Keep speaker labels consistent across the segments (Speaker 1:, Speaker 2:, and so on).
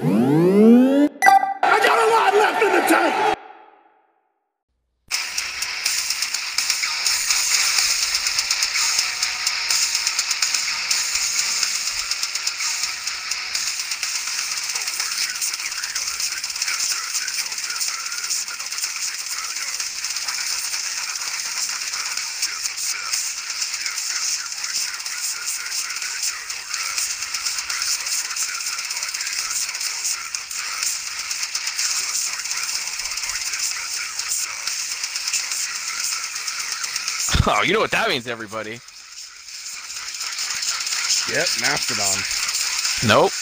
Speaker 1: I got a lot left in the tank.
Speaker 2: Oh, you know what that means, everybody.
Speaker 3: Yep, Mastodon.
Speaker 2: Nope.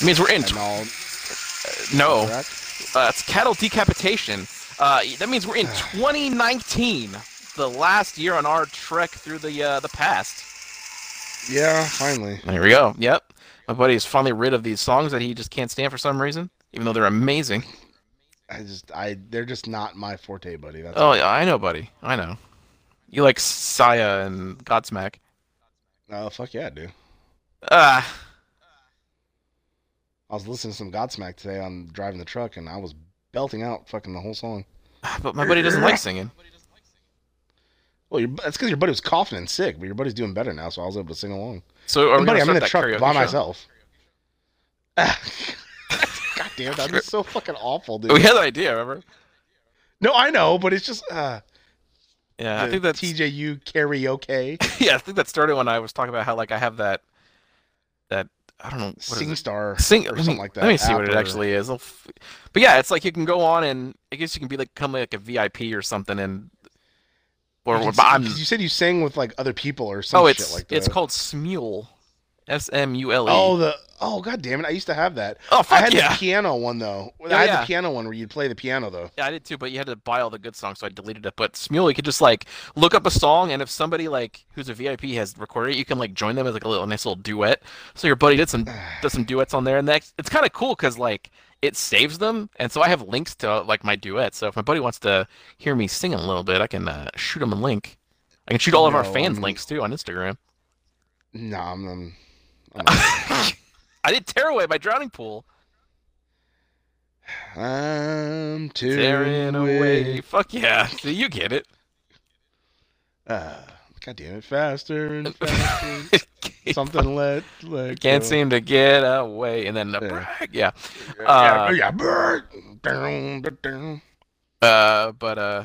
Speaker 2: It means we're in.
Speaker 3: And all,
Speaker 2: no, uh,
Speaker 3: correct?
Speaker 2: it's cattle decapitation. Uh, that means we're in 2019, the last year on our trek through the uh, the past.
Speaker 3: Yeah, finally.
Speaker 2: There we go. Yep. My buddy is finally rid of these songs that he just can't stand for some reason, even though they're amazing.
Speaker 3: I just, I, they're just not my forte, buddy. That's
Speaker 2: Oh, yeah, I know, buddy. I know. You like Saya and Godsmack.
Speaker 3: oh, fuck yeah, dude.
Speaker 2: Ah,
Speaker 3: I was listening to some Godsmack today on driving the truck, and I was belting out fucking the whole song.
Speaker 2: but my buddy doesn't like singing.
Speaker 3: Well, your, that's because your buddy was coughing and sick, but your buddy's doing better now, so I was able to sing along.
Speaker 2: So are we
Speaker 3: And buddy,
Speaker 2: gonna
Speaker 3: I'm in
Speaker 2: start
Speaker 3: the
Speaker 2: that
Speaker 3: truck by
Speaker 2: karaoke show?
Speaker 3: myself. Ah, God damn, that'd be so fucking awful, dude.
Speaker 2: We had Oh, the idea, remember?
Speaker 3: No, I know, but it's just uh,
Speaker 2: Yeah, I
Speaker 3: the
Speaker 2: think that's
Speaker 3: TJU karaoke
Speaker 2: yeah, I think that started when I was talking about how like I have that that I don't know what is it?
Speaker 3: SingStar
Speaker 2: Sing-
Speaker 3: or
Speaker 2: let me-
Speaker 3: something like that.
Speaker 2: Let me see what
Speaker 3: app
Speaker 2: it
Speaker 3: or-
Speaker 2: actually is. I'll f- But yeah, it's like you can go on and I guess you can be like become like a VIP or something and or
Speaker 3: You
Speaker 2: or-
Speaker 3: can
Speaker 2: but
Speaker 3: sing-
Speaker 2: I'm
Speaker 3: 'cause you said you sang with like other people or some
Speaker 2: oh
Speaker 3: shit
Speaker 2: it's
Speaker 3: like that.
Speaker 2: it's called Smule, S M U L E.
Speaker 3: Oh the oh god damn it! I used to have that.
Speaker 2: Oh,
Speaker 3: I
Speaker 2: fuck
Speaker 3: had
Speaker 2: yeah.
Speaker 3: the piano one though.
Speaker 2: Oh,
Speaker 3: I had
Speaker 2: yeah.
Speaker 3: the piano one where you'd play the piano though.
Speaker 2: Yeah, I did too, but you had to buy all the good songs, so I deleted it. But Smule, you could just like look up a song, and if somebody like who's a VIP has recorded it, you can like join them as like a little nice little duet. So your buddy did some does some duets on there, and that's it's kind of cool because like it saves them, and so I have links to like my duets. So if my buddy wants to hear me sing a little bit, I can uh, shoot him a link. I can shoot all of our
Speaker 3: No,
Speaker 2: fans
Speaker 3: I'm-
Speaker 2: links too on Instagram.
Speaker 3: No, I'm, I'm
Speaker 2: I did Tearaway by Drowning Pool.
Speaker 3: I'm tearing
Speaker 2: Tearing away.
Speaker 3: away.
Speaker 2: Fuck yeah. See, you get it.
Speaker 3: Ah, god damn it! Faster and faster. Something let let
Speaker 2: Can't
Speaker 3: go.
Speaker 2: seem to get away. And then,
Speaker 3: Yeah.
Speaker 2: uh, yeah.
Speaker 3: Yeah,
Speaker 2: uh,
Speaker 3: yeah. brrr, down, down, down.
Speaker 2: Uh, but uh,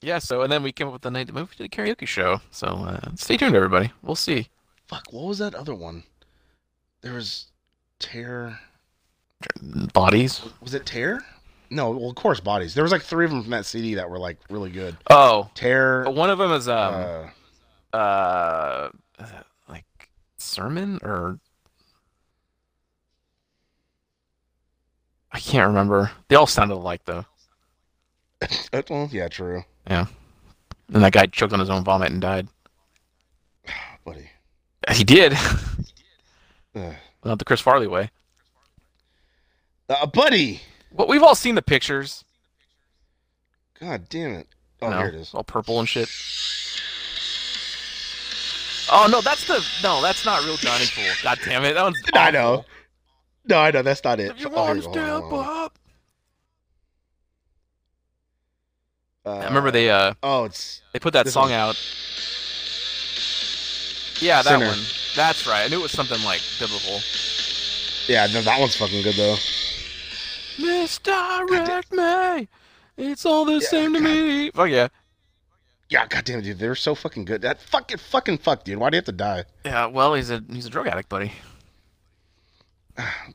Speaker 2: yeah. So and then we came up with the night. Maybe we did a karaoke show. So uh, stay tuned, everybody. We'll see.
Speaker 3: Fuck! What was that other one? There was tear.
Speaker 2: Bodies.
Speaker 3: Was it tear? No, well, of course, bodies. There was like three of them from that CD that were like really good.
Speaker 2: Oh,
Speaker 3: Tear.
Speaker 2: but one of them is um
Speaker 3: uh,
Speaker 2: uh, like sermon or I can't remember. They all sounded alike though.
Speaker 3: uh, well, yeah, true,
Speaker 2: And that guy choked on his own vomit and died.
Speaker 3: buddy. Uh,
Speaker 2: He did.
Speaker 3: Ugh.
Speaker 2: Not the Chris Farley way.
Speaker 3: Uh, buddy.
Speaker 2: Well, we've all seen the pictures.
Speaker 3: God damn it! Oh,
Speaker 2: you know,
Speaker 3: here it is.
Speaker 2: All purple and shit. Oh no, that's the no, that's not real Drowning Pool. God damn it, that one's.
Speaker 3: I
Speaker 2: awful.
Speaker 3: know. No, I know that's not it.
Speaker 2: If you
Speaker 3: Oh, here
Speaker 2: want
Speaker 3: we
Speaker 2: to
Speaker 3: go.
Speaker 2: step
Speaker 3: Hold on, hold on.
Speaker 2: up.
Speaker 3: Uh,
Speaker 2: I remember they uh
Speaker 3: Oh, it's
Speaker 2: they put that
Speaker 3: this
Speaker 2: song
Speaker 3: one.
Speaker 2: out. Yeah, that
Speaker 3: Sinner.
Speaker 2: one. That's right. I knew it was something like biblical.
Speaker 3: yeah. No, that one's fucking good though.
Speaker 2: Misdirect me. It's all the same to me. Fuck yeah.
Speaker 3: Yeah, God damn it, dude. They're so fucking good. That fucking fucking fuck, dude. Why do you have to die,
Speaker 2: Yeah. Well, he's a he's a drug addict, buddy.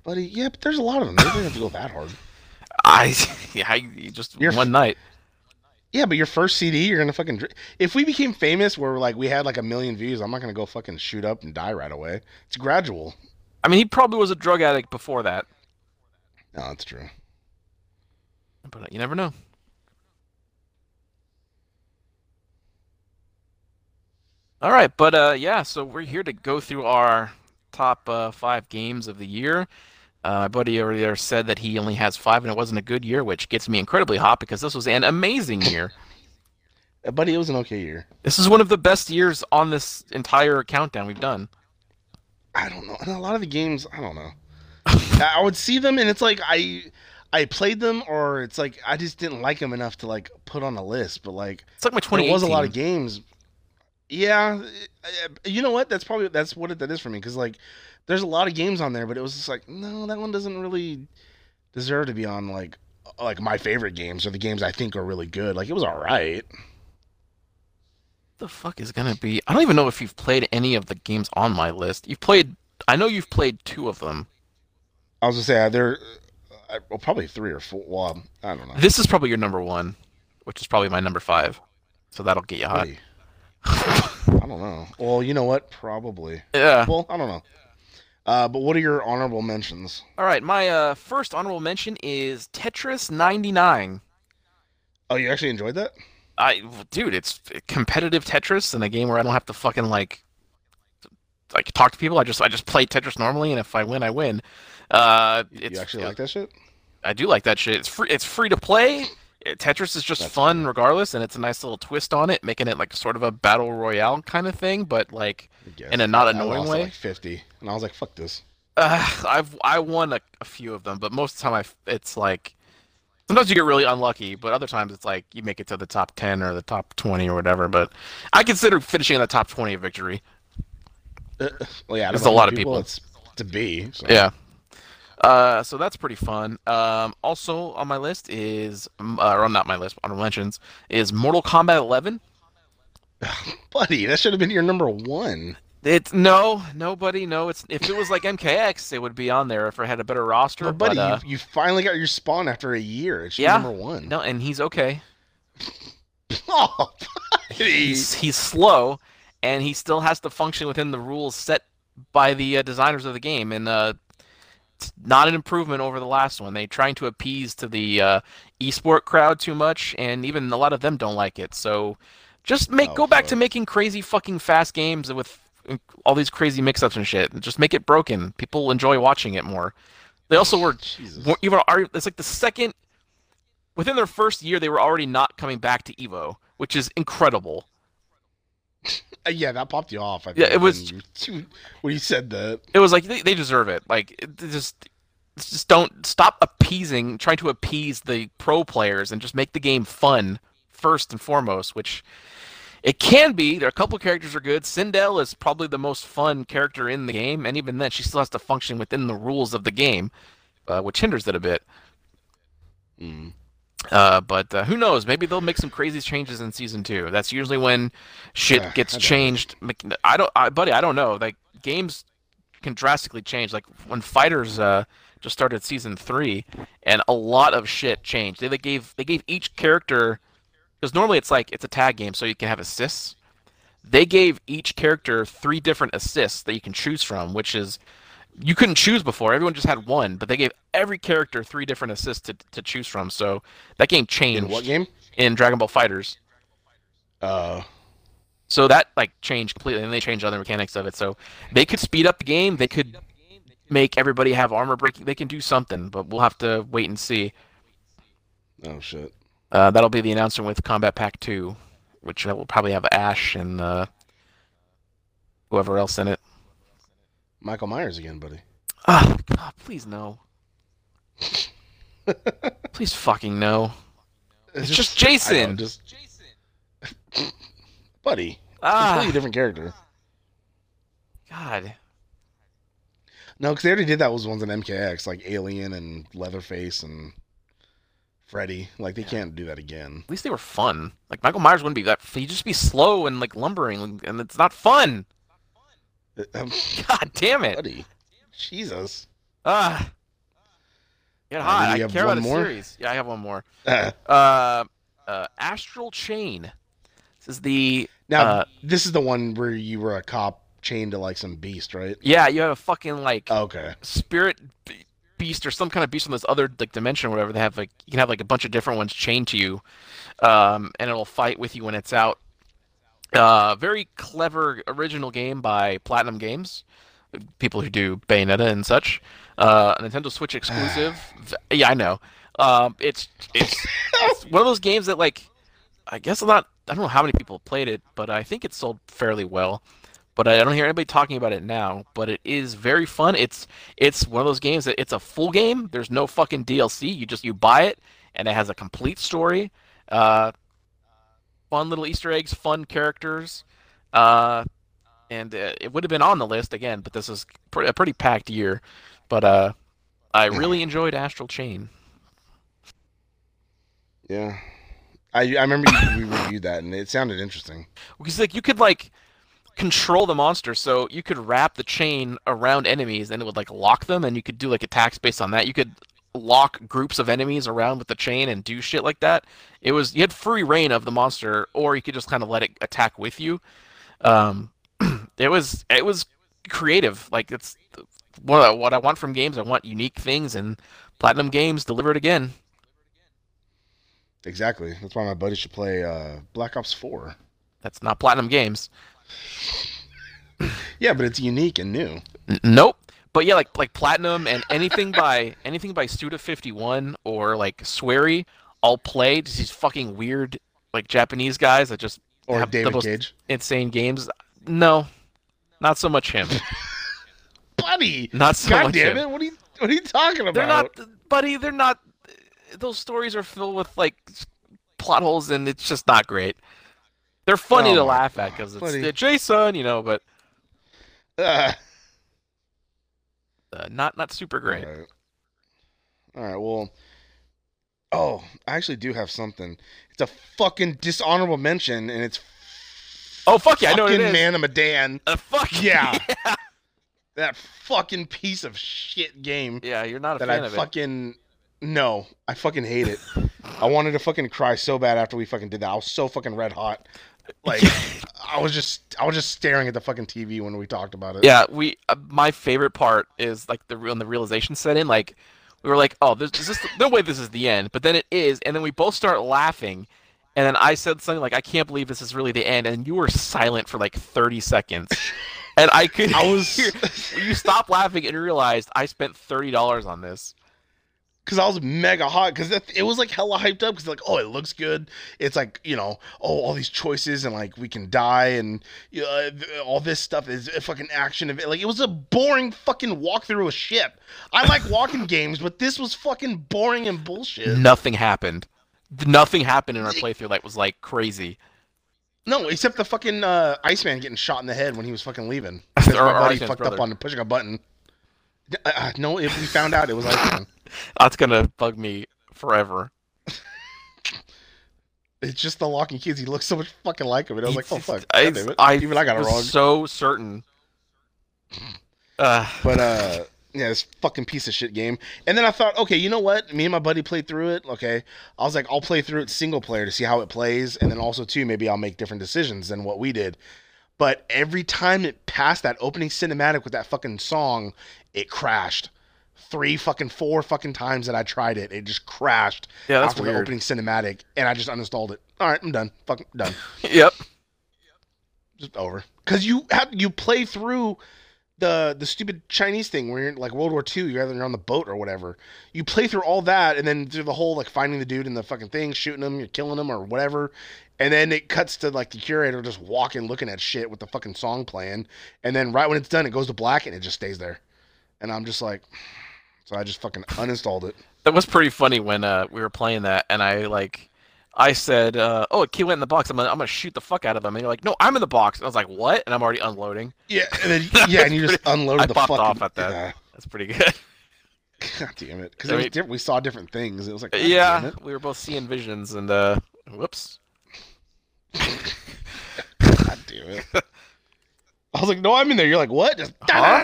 Speaker 3: buddy? Yeah, but there's a lot of them. They didn't have to go that hard.
Speaker 2: I yeah. I, you just
Speaker 3: You're-
Speaker 2: one night.
Speaker 3: Yeah, but your first CD, you're gonna fucking. dr- If we became famous, where like we had like a million views, I'm not gonna go fucking shoot up and die right away. It's gradual.
Speaker 2: I mean, he probably was a drug addict before that,
Speaker 3: No, that's true.
Speaker 2: but uh, you never know. All right, but uh, yeah, so we're here to go through our top uh, five games of the year. Uh, my buddy over there said that he only has five, and it wasn't a good year, which gets me incredibly hot because this was an amazing year.
Speaker 3: Uh, Buddy, it was an okay year.
Speaker 2: This is one of the best years on this entire countdown we've done.
Speaker 3: I don't know. And a lot of the games, I don't know. I I would see them, and it's like I, I played them, or it's like I just didn't like them enough to like put on a list. But like,
Speaker 2: It's like my
Speaker 3: there
Speaker 2: 2018.
Speaker 3: was a lot of games. Yeah, I- I- you know what? That's probably that's what it, that is for me. Because like, there's a lot of games on there, but it was just like, no, that one doesn't really deserve to be on like uh, like my favorite games or the games I think are really good. Like it was all right.
Speaker 2: the fuck is gonna be? I don't even know if you've played any of the games on my list. You've played. I know you've played two of them.
Speaker 3: I was gonna say uh, there, uh, well, probably three or four. Well, I don't know.
Speaker 2: This is probably your number one, which is probably my number five. So that'll get you hot.
Speaker 3: Three. I don't know. Well, you know what? Probably.
Speaker 2: Yeah.
Speaker 3: Well, I don't know. Uh, but what are your honorable mentions?
Speaker 2: All right. My uh, first honorable mention is Tetris 99.
Speaker 3: Oh, you actually enjoyed that?
Speaker 2: I, dude, it's competitive Tetris in a game where I don't have to fucking like, like talk to people. I just I just play Tetris normally, and if I win, I win. Uh,
Speaker 3: You
Speaker 2: it's
Speaker 3: actually like that shit?
Speaker 2: I do like that shit. It's free. It's free to play. It- Tetris is just
Speaker 3: That's
Speaker 2: fun regardless, and it's a nice little twist on it, making it like sort of a battle royale kind of thing. But like,
Speaker 3: I guess.
Speaker 2: in a not
Speaker 3: I
Speaker 2: annoying
Speaker 3: lost at,
Speaker 2: way.
Speaker 3: like fifty, and I was like, "Fuck this."
Speaker 2: Uh, I've I won a, a few of them, but most of the time I f- it's like sometimes you get really unlucky, but other times it's like you make it to the top ten or the top twenty or whatever. But I consider finishing in the top twenty a victory.
Speaker 3: Uh, well, yeah, out
Speaker 2: There's
Speaker 3: of
Speaker 2: a
Speaker 3: 100
Speaker 2: lot of people.
Speaker 3: It's to be. So.
Speaker 2: Yeah. Uh, so that's pretty fun. Um, also on my list is, um, uh, or not my list, but honorable mentions is Mortal Kombat 11.
Speaker 3: buddy, that should have been your number one.
Speaker 2: It's no, nobody, no. It's if it was like MKX, it would be on there if it had a better roster.
Speaker 3: But
Speaker 2: but
Speaker 3: buddy,
Speaker 2: uh,
Speaker 3: you, you finally got your spawn after a year. It should
Speaker 2: Yeah.
Speaker 3: be number one.
Speaker 2: no, and he's okay.
Speaker 3: Oh, buddy.
Speaker 2: He's he's slow, and he still has to function within the rules set by the uh, designers of the game. And uh, it's not an improvement over the last one. They're trying to appease to the uh, esport crowd too much, and even a lot of them don't like it. So just make
Speaker 3: Oh,
Speaker 2: go back to
Speaker 3: fuck.
Speaker 2: making crazy fucking fast games with uh, all these crazy mix-ups and shit. Just make it broken. People enjoy watching it more. They also were
Speaker 3: Jesus.
Speaker 2: Well, even are it's like the second within their first year they were already not coming back to Evo, which is incredible.
Speaker 3: Uh, yeah, that popped you off. I
Speaker 2: Yeah,
Speaker 3: think,
Speaker 2: it was-
Speaker 3: when you, when you said that.
Speaker 2: It was like they, they deserve it. Like it- they just just don't stop appeasing, trying to appease the pro players and just make the game fun first and foremost, which it can be. There are a couple characters are good. Sindel is probably the most fun character in the game, and even then she still has to function within the rules of the game, uh, which hinders it a bit.
Speaker 3: Mm.
Speaker 2: Uh, but uh, who knows? Maybe they'll make some crazy changes in season two. That's usually when shit
Speaker 3: Yeah,
Speaker 2: gets
Speaker 3: I doubt it.
Speaker 2: changed. Mc- I don't, I, buddy. I don't know. Like games can drastically change. Like when Fighters uh, just started season three, and a lot of shit changed. They, they gave they gave each character because normally it's like it's a tag game, so you can have assists. They gave each character three different assists that you can choose from, which is you couldn't choose before. Everyone just had one, but they gave every character three different assists to, to choose from. So that game changed
Speaker 3: In what game?
Speaker 2: in Dragon Ball Fighters.
Speaker 3: Uh,
Speaker 2: So that like changed completely, and they changed other mechanics of it. So they could speed up the game. They could make everybody have armor breaking. They can do something, but we'll have to wait and see.
Speaker 3: oh shit.
Speaker 2: Uh, that'll be the announcement with Combat Pack Two, which will probably have Ash and uh, whoever else in it.
Speaker 3: Michael Myers again, buddy.
Speaker 2: Ah, God, please no. please fucking no. It's just
Speaker 3: I know,
Speaker 2: Jason.
Speaker 3: just buddy. Completely
Speaker 2: ah,
Speaker 3: different character.
Speaker 2: God.
Speaker 3: No, because they already did that with ones in MKX, like Alien and Leatherface and Freddy. Like they can't do that again.
Speaker 2: At least they were fun. Like Michael Myers wouldn't be that. He'd just be slow and like lumbering, and it's not fun.
Speaker 3: Uh, um,
Speaker 2: God damn it.
Speaker 3: buddy, Jesus.
Speaker 2: Ah. Get
Speaker 3: Uh,
Speaker 2: hot.
Speaker 3: do
Speaker 2: I
Speaker 3: you have
Speaker 2: care
Speaker 3: one
Speaker 2: about a
Speaker 3: more?
Speaker 2: series. Yeah, I have one more.
Speaker 3: Uh,
Speaker 2: Uh, uh, Astral Chain. This is the
Speaker 3: now
Speaker 2: Uh,
Speaker 3: this is the one where you were a cop chained to like some beast, right?
Speaker 2: yeah. You have a fucking like
Speaker 3: Okay.
Speaker 2: spirit be- beast or some kind of beast from this other like dimension or whatever. They have like you can have like a bunch of different ones chained to you, um, and it'll fight with you when it's out. Uh, very clever original game by Platinum Games, people who do Bayonetta and such. Uh, a Nintendo Switch exclusive. V- yeah, I know. Um, it's it's, it's one of those games that like I guess I'm not I don't know how many people played it, but I think it sold fairly well. But I don't hear anybody talking about it now. But it is very fun. It's it's one of those games that it's a full game. There's no fucking DLC. You just you buy it, and it has a complete story. Uh, fun little Easter eggs, fun characters. Uh, and uh, it would have been on the list again, but this is pre- a pretty packed year. But uh, I really enjoyed Astral Chain.
Speaker 3: Yeah. I, I remember you, we reviewed that and it sounded interesting.
Speaker 2: because like you could like control the monster so you could wrap the chain around enemies and it would like lock them and you could do like attacks based on that you could lock groups of enemies around with the chain and do shit like that it was you had free reign of the monster or you could just kind of let it attack with you um it was it was creative like it's what I, what I want from games I want unique things and platinum games delivered again
Speaker 3: Exactly. That's why my buddy should play uh, Black Ops 4.
Speaker 2: that's not platinum games
Speaker 3: Yeah, but it's unique and new.
Speaker 2: N- Nope. But yeah, like like platinum and anything by anything by Suda fifty one or like Swery, I'll play. Just these fucking weird like Japanese guys that just
Speaker 3: Or
Speaker 2: have the
Speaker 3: David
Speaker 2: most
Speaker 3: Cage.
Speaker 2: insane games. No, not so much him.
Speaker 3: Buddy!
Speaker 2: Not so
Speaker 3: God
Speaker 2: much
Speaker 3: damn
Speaker 2: him.
Speaker 3: it. What are, you, what are you talking about?
Speaker 2: They're not, buddy. They're not. Those stories are filled with like s- plot holes, and it's just not great. They're funny
Speaker 3: Oh
Speaker 2: to
Speaker 3: my
Speaker 2: laugh at because it's
Speaker 3: buddy.
Speaker 2: the Jason, you know, but
Speaker 3: Ah.
Speaker 2: uh, not not super great.
Speaker 3: All right. All right. Well. Oh, I actually do have something. It's a fucking dishonorable mention, and it's
Speaker 2: Oh fuck yeah, I know what it
Speaker 3: fucking
Speaker 2: is.
Speaker 3: Man Dan.
Speaker 2: Uh, fuck
Speaker 3: Yeah. That fucking piece of shit game
Speaker 2: yeah, you're not a
Speaker 3: that
Speaker 2: fan
Speaker 3: I
Speaker 2: of it.
Speaker 3: fucking no, I fucking hate it. I wanted to fucking cry so bad after we fucking did that. I was so fucking red hot. Like I was just I was just staring at the fucking TV when we talked about it.
Speaker 2: Yeah, we. Uh, my favorite part is like the when the realization set in. Like we were like, "Oh, this, is this no way this is the end," but then it is, and then we both start laughing, and then I said something like, "I can't believe this is really the end," and you were silent for like thirty seconds, and I could.
Speaker 3: I was
Speaker 2: hear- you stopped laughing and realized I spent thirty dollars on this.
Speaker 3: because I was mega hot because it was like hella hyped up because like oh it looks good it's like you know oh all these choices and like we can die and you know, uh, th- all this stuff is a fucking action event like it was a boring fucking walkthrough of ship I like walking games but this was fucking boring and bullshit
Speaker 2: Nothing happened. Nothing happened in our playthrough that was like crazy.
Speaker 3: no except the fucking uh, Iceman getting shot in the head when he was fucking leaving 'Cause
Speaker 2: Or-
Speaker 3: my
Speaker 2: or
Speaker 3: buddy
Speaker 2: Iceman's
Speaker 3: fucked up
Speaker 2: brother.
Speaker 3: on pushing a button uh, uh, no if we found out it was Iceman
Speaker 2: That's gonna bug me forever.
Speaker 3: it's just the locking keys he looks so much fucking like him and I was like
Speaker 2: It's
Speaker 3: oh
Speaker 2: just-
Speaker 3: fuck
Speaker 2: I,
Speaker 3: God damn it.
Speaker 2: I
Speaker 3: even I got it
Speaker 2: was
Speaker 3: wrong.
Speaker 2: so certain. Uh,
Speaker 3: But uh yeah, this fucking piece of shit game. And then I thought, okay, you know what? Me and my buddy played through it. Okay, I was like, I'll play through it single player to see how it plays, and then also too, maybe I'll make different decisions than what we did. But every time it passed that opening cinematic with that fucking song, it crashed. Three fucking four fucking times that I tried it, it just crashed
Speaker 2: Yeah, that's
Speaker 3: after the
Speaker 2: weird.
Speaker 3: opening cinematic, and I just uninstalled it. All right, I'm done. Fucking done
Speaker 2: yep.
Speaker 3: just over because you had you play through the the stupid Chinese thing where you're like World War II, you're either on the boat or whatever. You play through all that and then through the whole like finding the dude in the fucking thing, shooting him, you're killing him or whatever, and then it cuts to like the curator just walking, looking at shit with the fucking song playing, and then right when it's done, it goes to black and it just stays there, and I'm just like, so I just fucking uninstalled it.
Speaker 2: That was pretty funny when uh, we were playing that, and I like, I said, uh, "Oh, a key went in the box. I'm gonna, I'm gonna shoot the fuck out of them." And you're like, "No, I'm in the box." And I was like, "What?" And I'm already unloading.
Speaker 3: Yeah, and then yeah, and you just unloaded
Speaker 2: I
Speaker 3: the
Speaker 2: popped
Speaker 3: fucking.
Speaker 2: off at that. That's pretty good.
Speaker 3: Yeah. God damn it! Because
Speaker 2: I
Speaker 3: it was
Speaker 2: mean-
Speaker 3: different. We saw different things. It was like God damn
Speaker 2: yeah,
Speaker 3: it.
Speaker 2: we were both seeing visions, and uh, whoops.
Speaker 3: God damn it. I was like, no, I'm in there. You're like, what? Just
Speaker 2: Huh?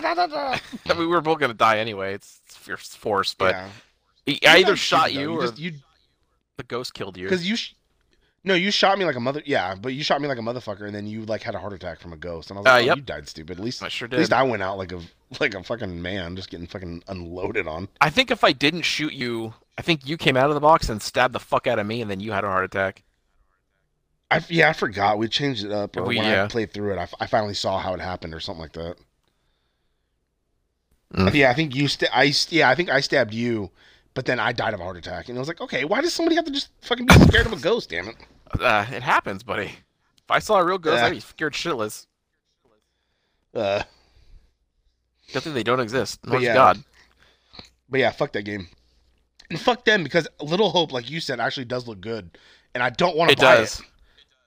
Speaker 3: da, da, da, da.
Speaker 2: I mean, we were both gonna die anyway. It's, it's fierce force, but
Speaker 3: Yeah.
Speaker 2: I- I
Speaker 3: You
Speaker 2: either
Speaker 3: guys
Speaker 2: shot
Speaker 3: cheated,
Speaker 2: you
Speaker 3: though.
Speaker 2: or
Speaker 3: just, you
Speaker 2: the ghost killed you.
Speaker 3: because you, sh- no, you shot me like a mother. Yeah, but you shot me like a motherfucker, and then you like had a heart attack from a ghost, and I was
Speaker 2: Uh,
Speaker 3: like, oh,
Speaker 2: yep. Oh,
Speaker 3: you died stupid. At least,
Speaker 2: I sure
Speaker 3: at
Speaker 2: did.
Speaker 3: least I went out like a like a fucking man, just getting fucking unloaded on.
Speaker 2: I think if I didn't shoot you, I think you came out of the box and stabbed the fuck out of me, and then you had a heart attack.
Speaker 3: I, yeah, I forgot. We changed it up, or
Speaker 2: We-
Speaker 3: when I
Speaker 2: yeah.
Speaker 3: played through it, I, f- I finally saw how it happened, or something like that.
Speaker 2: Mm.
Speaker 3: Yeah, I think you. Sta- I st- yeah, I think I stabbed you, but then I died of a heart attack, and I was like, okay, why does somebody have to just fucking be scared of a ghost? Damn it!
Speaker 2: Uh, it happens, buddy. If I saw a real ghost,
Speaker 3: Yeah.
Speaker 2: I'd be scared shitless.
Speaker 3: Uh,
Speaker 2: Good thing they don't exist. Nor
Speaker 3: yeah.
Speaker 2: to God.
Speaker 3: but yeah, fuck that game. And fuck them because Little Hope, like you said, actually does look good, and I don't want to
Speaker 2: It
Speaker 3: buy
Speaker 2: does.
Speaker 3: it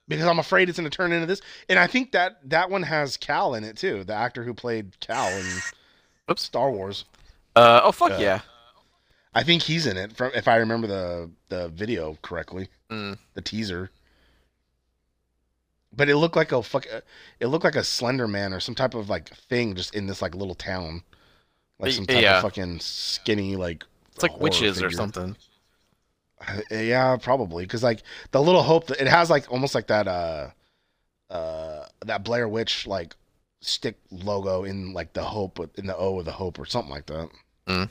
Speaker 3: because I'm afraid it's going to turn into this. And I think that that one has Cal in it too, the actor who played Cal in
Speaker 2: Oops.
Speaker 3: Star Wars.
Speaker 2: Uh, oh fuck
Speaker 3: Yeah.
Speaker 2: yeah.
Speaker 3: I think he's in it from if I remember the the video correctly,
Speaker 2: Mm.
Speaker 3: the teaser. But it looked like a fuck. uh, It looked like a Slender Man or some type of like thing just in this like little town, like
Speaker 2: Y-
Speaker 3: some type
Speaker 2: yeah.
Speaker 3: of fucking skinny like.
Speaker 2: It's like
Speaker 3: horror
Speaker 2: witches or
Speaker 3: figure.
Speaker 2: something.
Speaker 3: Uh, Yeah, probably because like the Little Hope, it has like almost like that uh, uh, that Blair Witch like stick logo in like the hope in the O of the hope or something like that.
Speaker 2: Mm.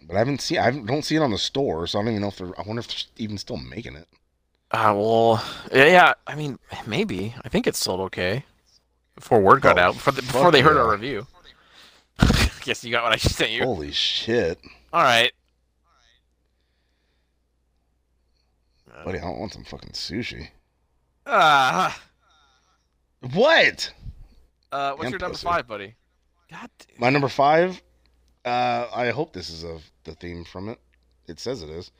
Speaker 3: But I haven't seen, I haven't- don't see it on the store, so I don't even know if they're. I wonder if they're even still making it.
Speaker 2: Ah, well, yeah, yeah. I mean, maybe. I think it sold okay before word got
Speaker 3: Oh,
Speaker 2: out. Before, the, before they
Speaker 3: fuck
Speaker 2: heard
Speaker 3: yeah. Oh.
Speaker 2: our review. Guess you got what I sent you.
Speaker 3: Holy shit,
Speaker 2: All right.
Speaker 3: buddy! I want some fucking sushi.
Speaker 2: Ah.
Speaker 3: What?
Speaker 2: Uh, what's
Speaker 3: Damn
Speaker 2: your number
Speaker 3: pussy.
Speaker 2: five, buddy? God, d-
Speaker 3: My number five. Uh, I hope this is of the theme from it. It says it is.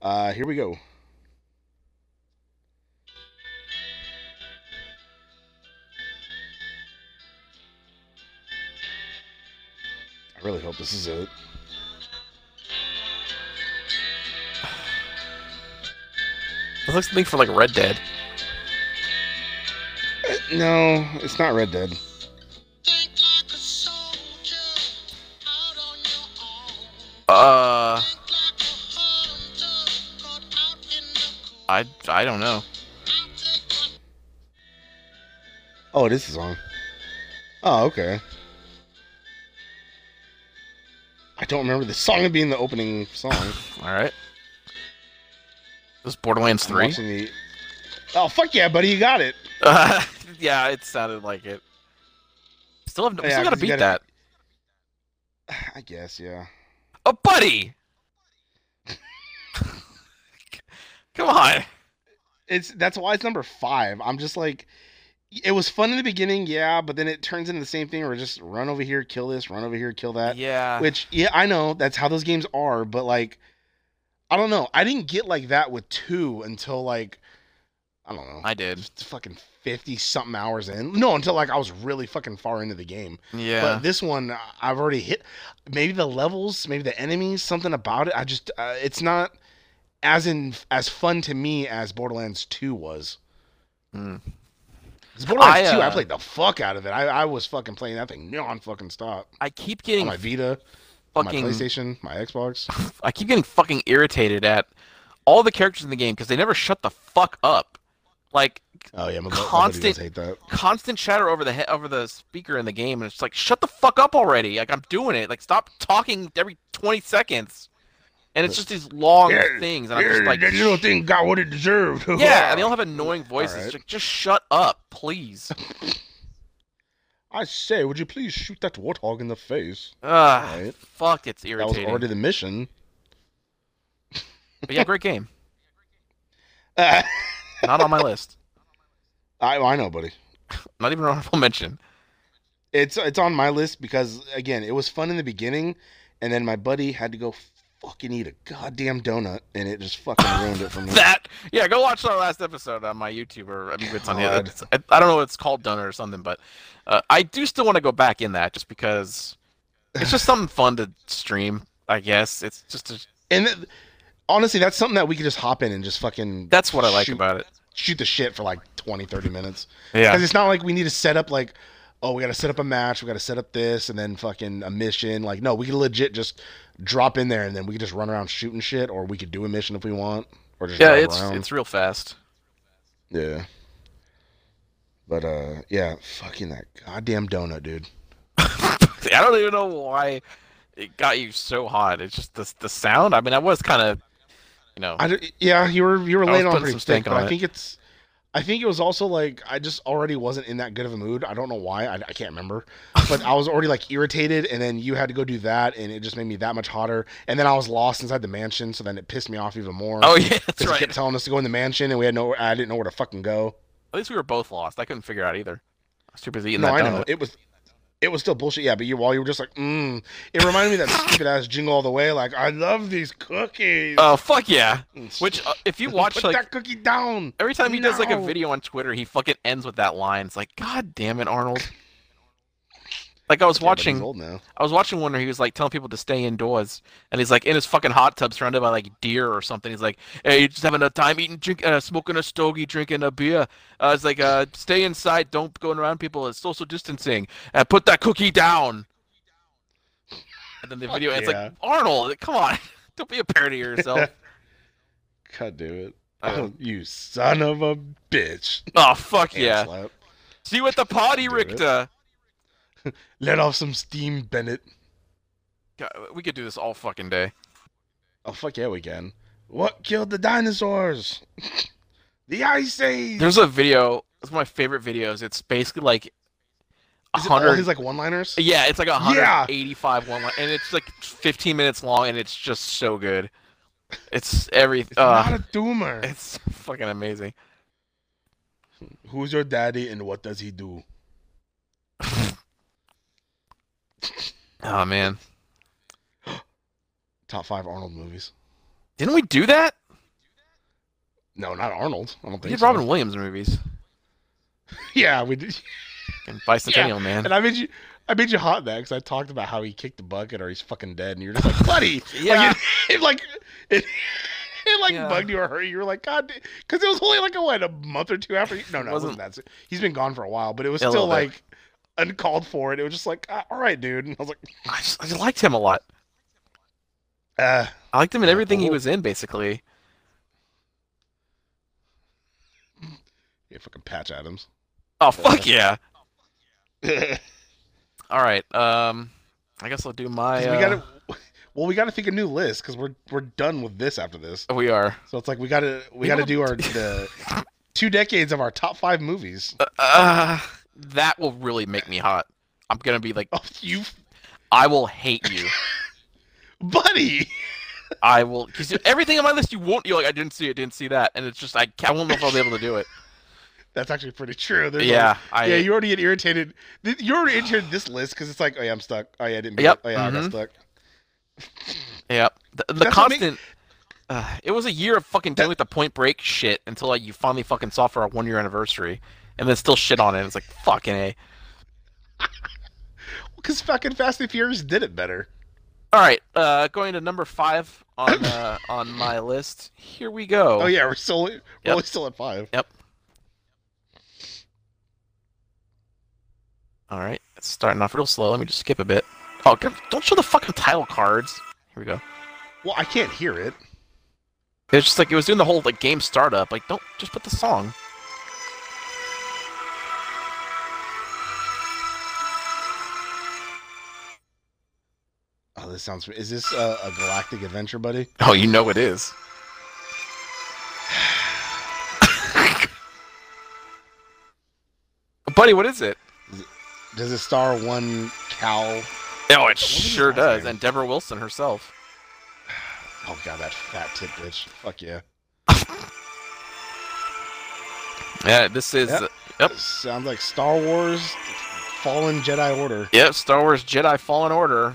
Speaker 3: Uh, here we go. I really hope this is it.
Speaker 2: this looks like for like Red Dead.
Speaker 3: Uh, No, it's not Red Dead.
Speaker 2: Uh, I I don't know.
Speaker 3: Oh, it is the song. Oh, okay. I don't remember the song being the opening song.
Speaker 2: All right. This is Borderlands
Speaker 3: I'm
Speaker 2: three.
Speaker 3: watching the- Oh fuck yeah, buddy, you got it.
Speaker 2: Uh, yeah, it sounded like it. Still have no, we
Speaker 3: Yeah,
Speaker 2: still gotta
Speaker 3: 'cause
Speaker 2: beat
Speaker 3: you
Speaker 2: that.
Speaker 3: gotta- I guess, yeah.
Speaker 2: Oh, buddy! Come on.
Speaker 3: It's that's why it's number five. I'm just like, it was fun in the beginning, yeah, but then it turns into the same thing where just run over here, kill this, run over here, kill that.
Speaker 2: yeah.
Speaker 3: Which, yeah, I know that's how those games are, but like, I don't know. I didn't get like that with two until like, I don't know,
Speaker 2: I did.
Speaker 3: just fucking fifty something hours in. No, until like I was really fucking far into the game.
Speaker 2: Yeah.
Speaker 3: But this one, I- I've already hit. Maybe the levels, maybe the enemies, something about it. I just, uh, it's not as in as fun to me as Borderlands Two was.
Speaker 2: Mm.
Speaker 3: 'Cause Borderlands
Speaker 2: I,
Speaker 3: Two, I
Speaker 2: uh,
Speaker 3: played the fuck out of it. I, I was fucking playing that thing non fucking stop
Speaker 2: I keep
Speaker 3: on
Speaker 2: getting
Speaker 3: my Vita, on Oh, my
Speaker 2: fucking
Speaker 3: PlayStation, my Xbox.
Speaker 2: I keep getting fucking irritated at all the characters in the game because they never shut the fuck up. Like
Speaker 3: Oh yeah, my, bu-
Speaker 2: Constant-
Speaker 3: my buddy does hate that.
Speaker 2: constant chatter over the he- over the speaker in the game, and it's like shut the fuck up already. Like I'm doing it. Like stop talking every 20 seconds. And it's just these long
Speaker 1: Yeah,
Speaker 2: things, and I'm just like,
Speaker 1: that little thing got what it deserved.
Speaker 2: yeah, and they all have annoying voices.
Speaker 3: right.
Speaker 2: Like, just shut up, please.
Speaker 3: I say, would you please shoot that warthog in the face?
Speaker 2: Ah,
Speaker 3: Right.
Speaker 2: fuck, it's
Speaker 3: That was
Speaker 2: irritating.
Speaker 3: already the mission.
Speaker 2: But yeah, great game.
Speaker 3: Uh,
Speaker 2: Not on my list.
Speaker 3: I I know, buddy.
Speaker 2: Not even an honorable mention.
Speaker 3: It's it's on my list because again, it was fun in the beginning, and then my buddy had to go fucking eat a goddamn donut, and it just fucking ruined it for me.
Speaker 2: That yeah, go watch our last episode on my YouTube or I mean it's on
Speaker 3: God.
Speaker 2: the it's, I, I don't know what it's called Dunner or something, but uh, I do still want to go back in that just because it's just something fun to stream. I guess it's just a,
Speaker 3: and th- honestly, that's something that we could just hop in and just fucking
Speaker 2: that's what I like
Speaker 3: shoot,
Speaker 2: about it.
Speaker 3: shoot the shit for like 20, 30 minutes. Because
Speaker 2: Yeah,
Speaker 3: it's not like we need to set up like, oh, we got to set up a match, we got to set up this, and then fucking a mission. Like, no, we could legit just drop in there, and then we could just run around shooting shit, or we could do a mission if we want, or just
Speaker 2: yeah,
Speaker 3: drive
Speaker 2: it's
Speaker 3: around.
Speaker 2: it's real fast.
Speaker 3: Yeah. But uh yeah, fucking that goddamn donut, dude.
Speaker 2: I don't even know why it got you so hot. It's just the the sound. I mean, I was kind of you know
Speaker 3: I d- yeah, you were you were
Speaker 2: I was
Speaker 3: laying on
Speaker 2: putting
Speaker 3: pretty
Speaker 2: some
Speaker 3: thick,
Speaker 2: stank
Speaker 3: but
Speaker 2: on
Speaker 3: I
Speaker 2: it.
Speaker 3: think it's I think it was also like I just already wasn't in that good of a mood. I don't know why. I, I can't remember, but I was already like irritated, and then you had to go do that, and it just made me that much hotter. And then I was lost inside the mansion, so then it pissed me off even more.
Speaker 2: Oh yeah, that's
Speaker 3: Because he
Speaker 2: right.
Speaker 3: kept telling us to go in the mansion, and we had no. I didn't know where to fucking go.
Speaker 2: At least we were both lost. I couldn't figure out either. I was too busy eating
Speaker 3: no,
Speaker 2: that
Speaker 3: I
Speaker 2: donut.
Speaker 3: know it was. It was still bullshit, yeah. But you, while you were just like, mm, it reminded me of that stupid ass jingle all the way. Like, I love these cookies.
Speaker 2: Oh fuck yeah! Which uh, if you watch
Speaker 3: Put
Speaker 2: like
Speaker 3: that cookie down.
Speaker 2: every time he does like a
Speaker 3: No.
Speaker 2: video on Twitter, he fucking ends with that line. It's like, God damn it, Arnold. Like I was
Speaker 3: Yeah, but he's
Speaker 2: watching,
Speaker 3: old now.
Speaker 2: I was watching one where he was like telling people to stay indoors, and he's like in his fucking hot tub surrounded by like deer or something. He's like, "Hey, you just having a time eating, drink, uh, smoking a stogie, drinking a beer." Uh, it's like, uh, "Stay inside, don't go around people. It's social distancing. Uh, put that cookie down." And then the
Speaker 3: Fuck
Speaker 2: video ends
Speaker 3: yeah.
Speaker 2: like, "Arnold, come on, don't be a parody of yourself."
Speaker 3: God damn it.
Speaker 2: I know.
Speaker 3: Oh, you son of a bitch.
Speaker 2: oh fuck
Speaker 3: Hand
Speaker 2: yeah!
Speaker 3: slap.
Speaker 2: See you at the party,
Speaker 3: Do it.
Speaker 2: Richter.
Speaker 3: Let off some steam, Bennett.
Speaker 2: God, we could do this all fucking day.
Speaker 3: Oh, fuck yeah, we can. What killed the dinosaurs? the Ice Age.
Speaker 2: There's a video. It's one of my favorite videos. It's basically like a
Speaker 3: Is it all
Speaker 2: hundred.
Speaker 3: his like one-liners?
Speaker 2: Yeah, it's like
Speaker 3: Yeah.
Speaker 2: 185 one line, and it's like 15 minutes long, and it's just so good. It's every.
Speaker 3: It's
Speaker 2: uh,
Speaker 3: not a doomer.
Speaker 2: it's fucking amazing.
Speaker 3: Who's your daddy and what does he do?
Speaker 2: Oh man,
Speaker 3: Top five Arnold movies.
Speaker 2: didn't we do that?
Speaker 3: No, not Arnold. I don't
Speaker 2: We
Speaker 3: think
Speaker 2: did
Speaker 3: so.
Speaker 2: Robin Williams movies
Speaker 3: Yeah, we did.
Speaker 2: and Bicentennial Man.
Speaker 3: And I made you, I made you hot that because I talked about how he kicked the bucket or he's fucking dead, and you're just like, buddy.
Speaker 2: Yeah.
Speaker 3: Like, it, it like it, it like
Speaker 2: Yeah.
Speaker 3: bugged you or hurt you. You were like, God, because it was only like a what a month or two after. You, no, no, it
Speaker 2: Wasn't-
Speaker 3: wasn't that. soon. He's been gone for a while, but it was
Speaker 2: Yeah, a
Speaker 3: still
Speaker 2: little bit.
Speaker 3: like uncalled for, and it was just like, ah, all right, dude. And I was like,
Speaker 2: I, just, I just liked him a lot.
Speaker 3: uh,
Speaker 2: I liked him in
Speaker 3: Yeah,
Speaker 2: everything he
Speaker 3: well-
Speaker 2: was in, basically.
Speaker 3: yeah, fucking Patch Adams.
Speaker 2: Oh fuck yeah!
Speaker 3: we
Speaker 2: All right, um, I guess I'll do my. Uh,
Speaker 3: gotta, well, we gotta think a new list because we're we're done with this after this.
Speaker 2: uh, we are.
Speaker 3: So it's like we gotta we
Speaker 2: You
Speaker 3: gotta
Speaker 2: know-
Speaker 3: do our the two decades of our top five movies.
Speaker 2: Uh, uh, that will really make me hot. I'm gonna be like,
Speaker 3: Oh, you
Speaker 2: I will hate you.
Speaker 3: buddy.
Speaker 2: I will because everything on my list you won't. You're like, I didn't see it, didn't see that, and it's just I, ca- I won't know if I'll be able to do it.
Speaker 3: That's actually pretty true. There's like-
Speaker 2: yeah, I,
Speaker 3: yeah, you already get irritated. Th- You already irritated this list because it's like, oh yeah, I'm stuck. Oh yeah, I didn't. make
Speaker 2: Yep,
Speaker 3: it. Oh yeah, I
Speaker 2: mhm.
Speaker 3: got stuck.
Speaker 2: yeah. The, the
Speaker 3: That's what makes-
Speaker 2: constant. uh, it was a year of fucking dealing with the Point Break shit until like you finally fucking saw for our one year anniversary, and then still shit on it. It's like fucking a.
Speaker 3: Because fucking Fast and Furious did it better.
Speaker 2: All right, uh, going to number five on uh, on my list. Here we go.
Speaker 3: Oh, yeah, we're still we're only still at five.
Speaker 2: Yep. All right, it's starting off real slow. Let me just skip a bit. Oh, g- don't show the fucking title cards. Here we go.
Speaker 3: Well, I can't hear it.
Speaker 2: It's just like it was doing the whole like game startup. Like, don't just put the song.
Speaker 3: Oh, this sounds. Is this uh, a galactic adventure, buddy?
Speaker 2: Oh, you know it is. Buddy, what is it?
Speaker 3: Does it star one cow?
Speaker 2: Oh, it
Speaker 3: is his
Speaker 2: sure
Speaker 3: last
Speaker 2: does.
Speaker 3: name?
Speaker 2: And Deborah Wilson herself.
Speaker 3: Oh god, that fat tit bitch. Fuck yeah.
Speaker 2: Yeah, this is
Speaker 3: Yep.
Speaker 2: uh, Yep.
Speaker 3: Sounds like Star Wars, Fallen Jedi Order.
Speaker 2: Yep, Star Wars Jedi Fallen Order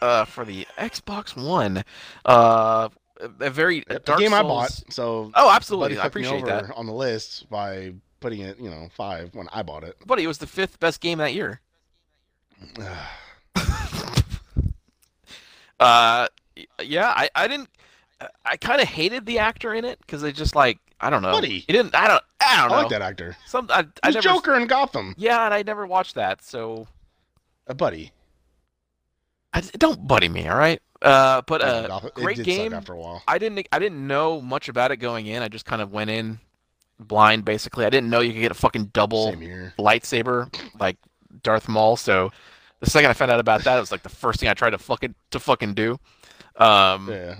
Speaker 2: uh, for the Xbox One. Uh, a very
Speaker 3: Yep, the
Speaker 2: Dark
Speaker 3: game I
Speaker 2: Souls.
Speaker 3: bought. So
Speaker 2: Oh,
Speaker 3: buddy
Speaker 2: absolutely. I
Speaker 3: fucked me
Speaker 2: appreciate
Speaker 3: over
Speaker 2: that.
Speaker 3: on the list by putting it, you know, five when I bought it.
Speaker 2: Buddy, it was the fifth best game that year. Uh, y- yeah, I, I didn't. I- I kind of hated the actor in it because they just like I don't know.
Speaker 3: Buddy.
Speaker 2: He didn't. I don't. I
Speaker 3: I
Speaker 2: don't know.
Speaker 3: like that actor.
Speaker 2: Some. I, I
Speaker 3: He's
Speaker 2: never.
Speaker 3: Joker in Gotham.
Speaker 2: Yeah, and I never watched that, so
Speaker 3: A buddy.
Speaker 2: I, don't buddy me. All right. Uh, but
Speaker 3: Yeah,
Speaker 2: uh,
Speaker 3: Gotham.
Speaker 2: great
Speaker 3: it did
Speaker 2: game.
Speaker 3: Suck after a while.
Speaker 2: I didn't. I didn't know much about it going in. I just kind of went in blind, basically. I didn't know you could get a fucking double
Speaker 3: Same here.
Speaker 2: lightsaber like Darth Maul. So the second I found out about that, it was like the first thing I tried to fucking to fucking do. Um,
Speaker 3: Yeah.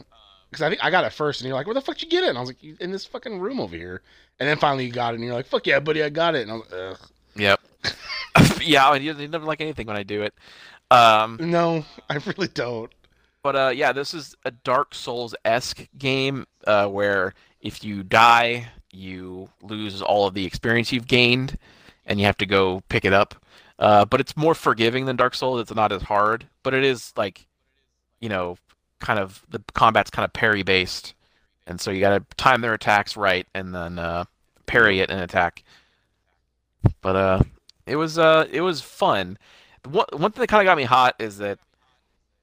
Speaker 3: because I think I got it first, and you're like, "Where the fuck did you get it?" And I was like, "You- "In this fucking room over here." And then finally you got it, and you're like, "Fuck yeah, buddy, I got it." And I was like, Ugh.
Speaker 2: Yep. yeah, I you never like anything when I do it. Um,
Speaker 3: "No, I really don't."
Speaker 2: but uh, yeah, this is a Dark Souls esque game uh, where if you die, you lose all of the experience you've gained, and you have to go pick it up. Uh, but it's more forgiving than Dark Souls. It's not as hard, but it is like, you know, kind of the combat's kind of parry based, and so you gotta time their attacks right and then uh, parry it and attack. But uh, it was uh, it was fun. The One one thing that kind of got me hot is that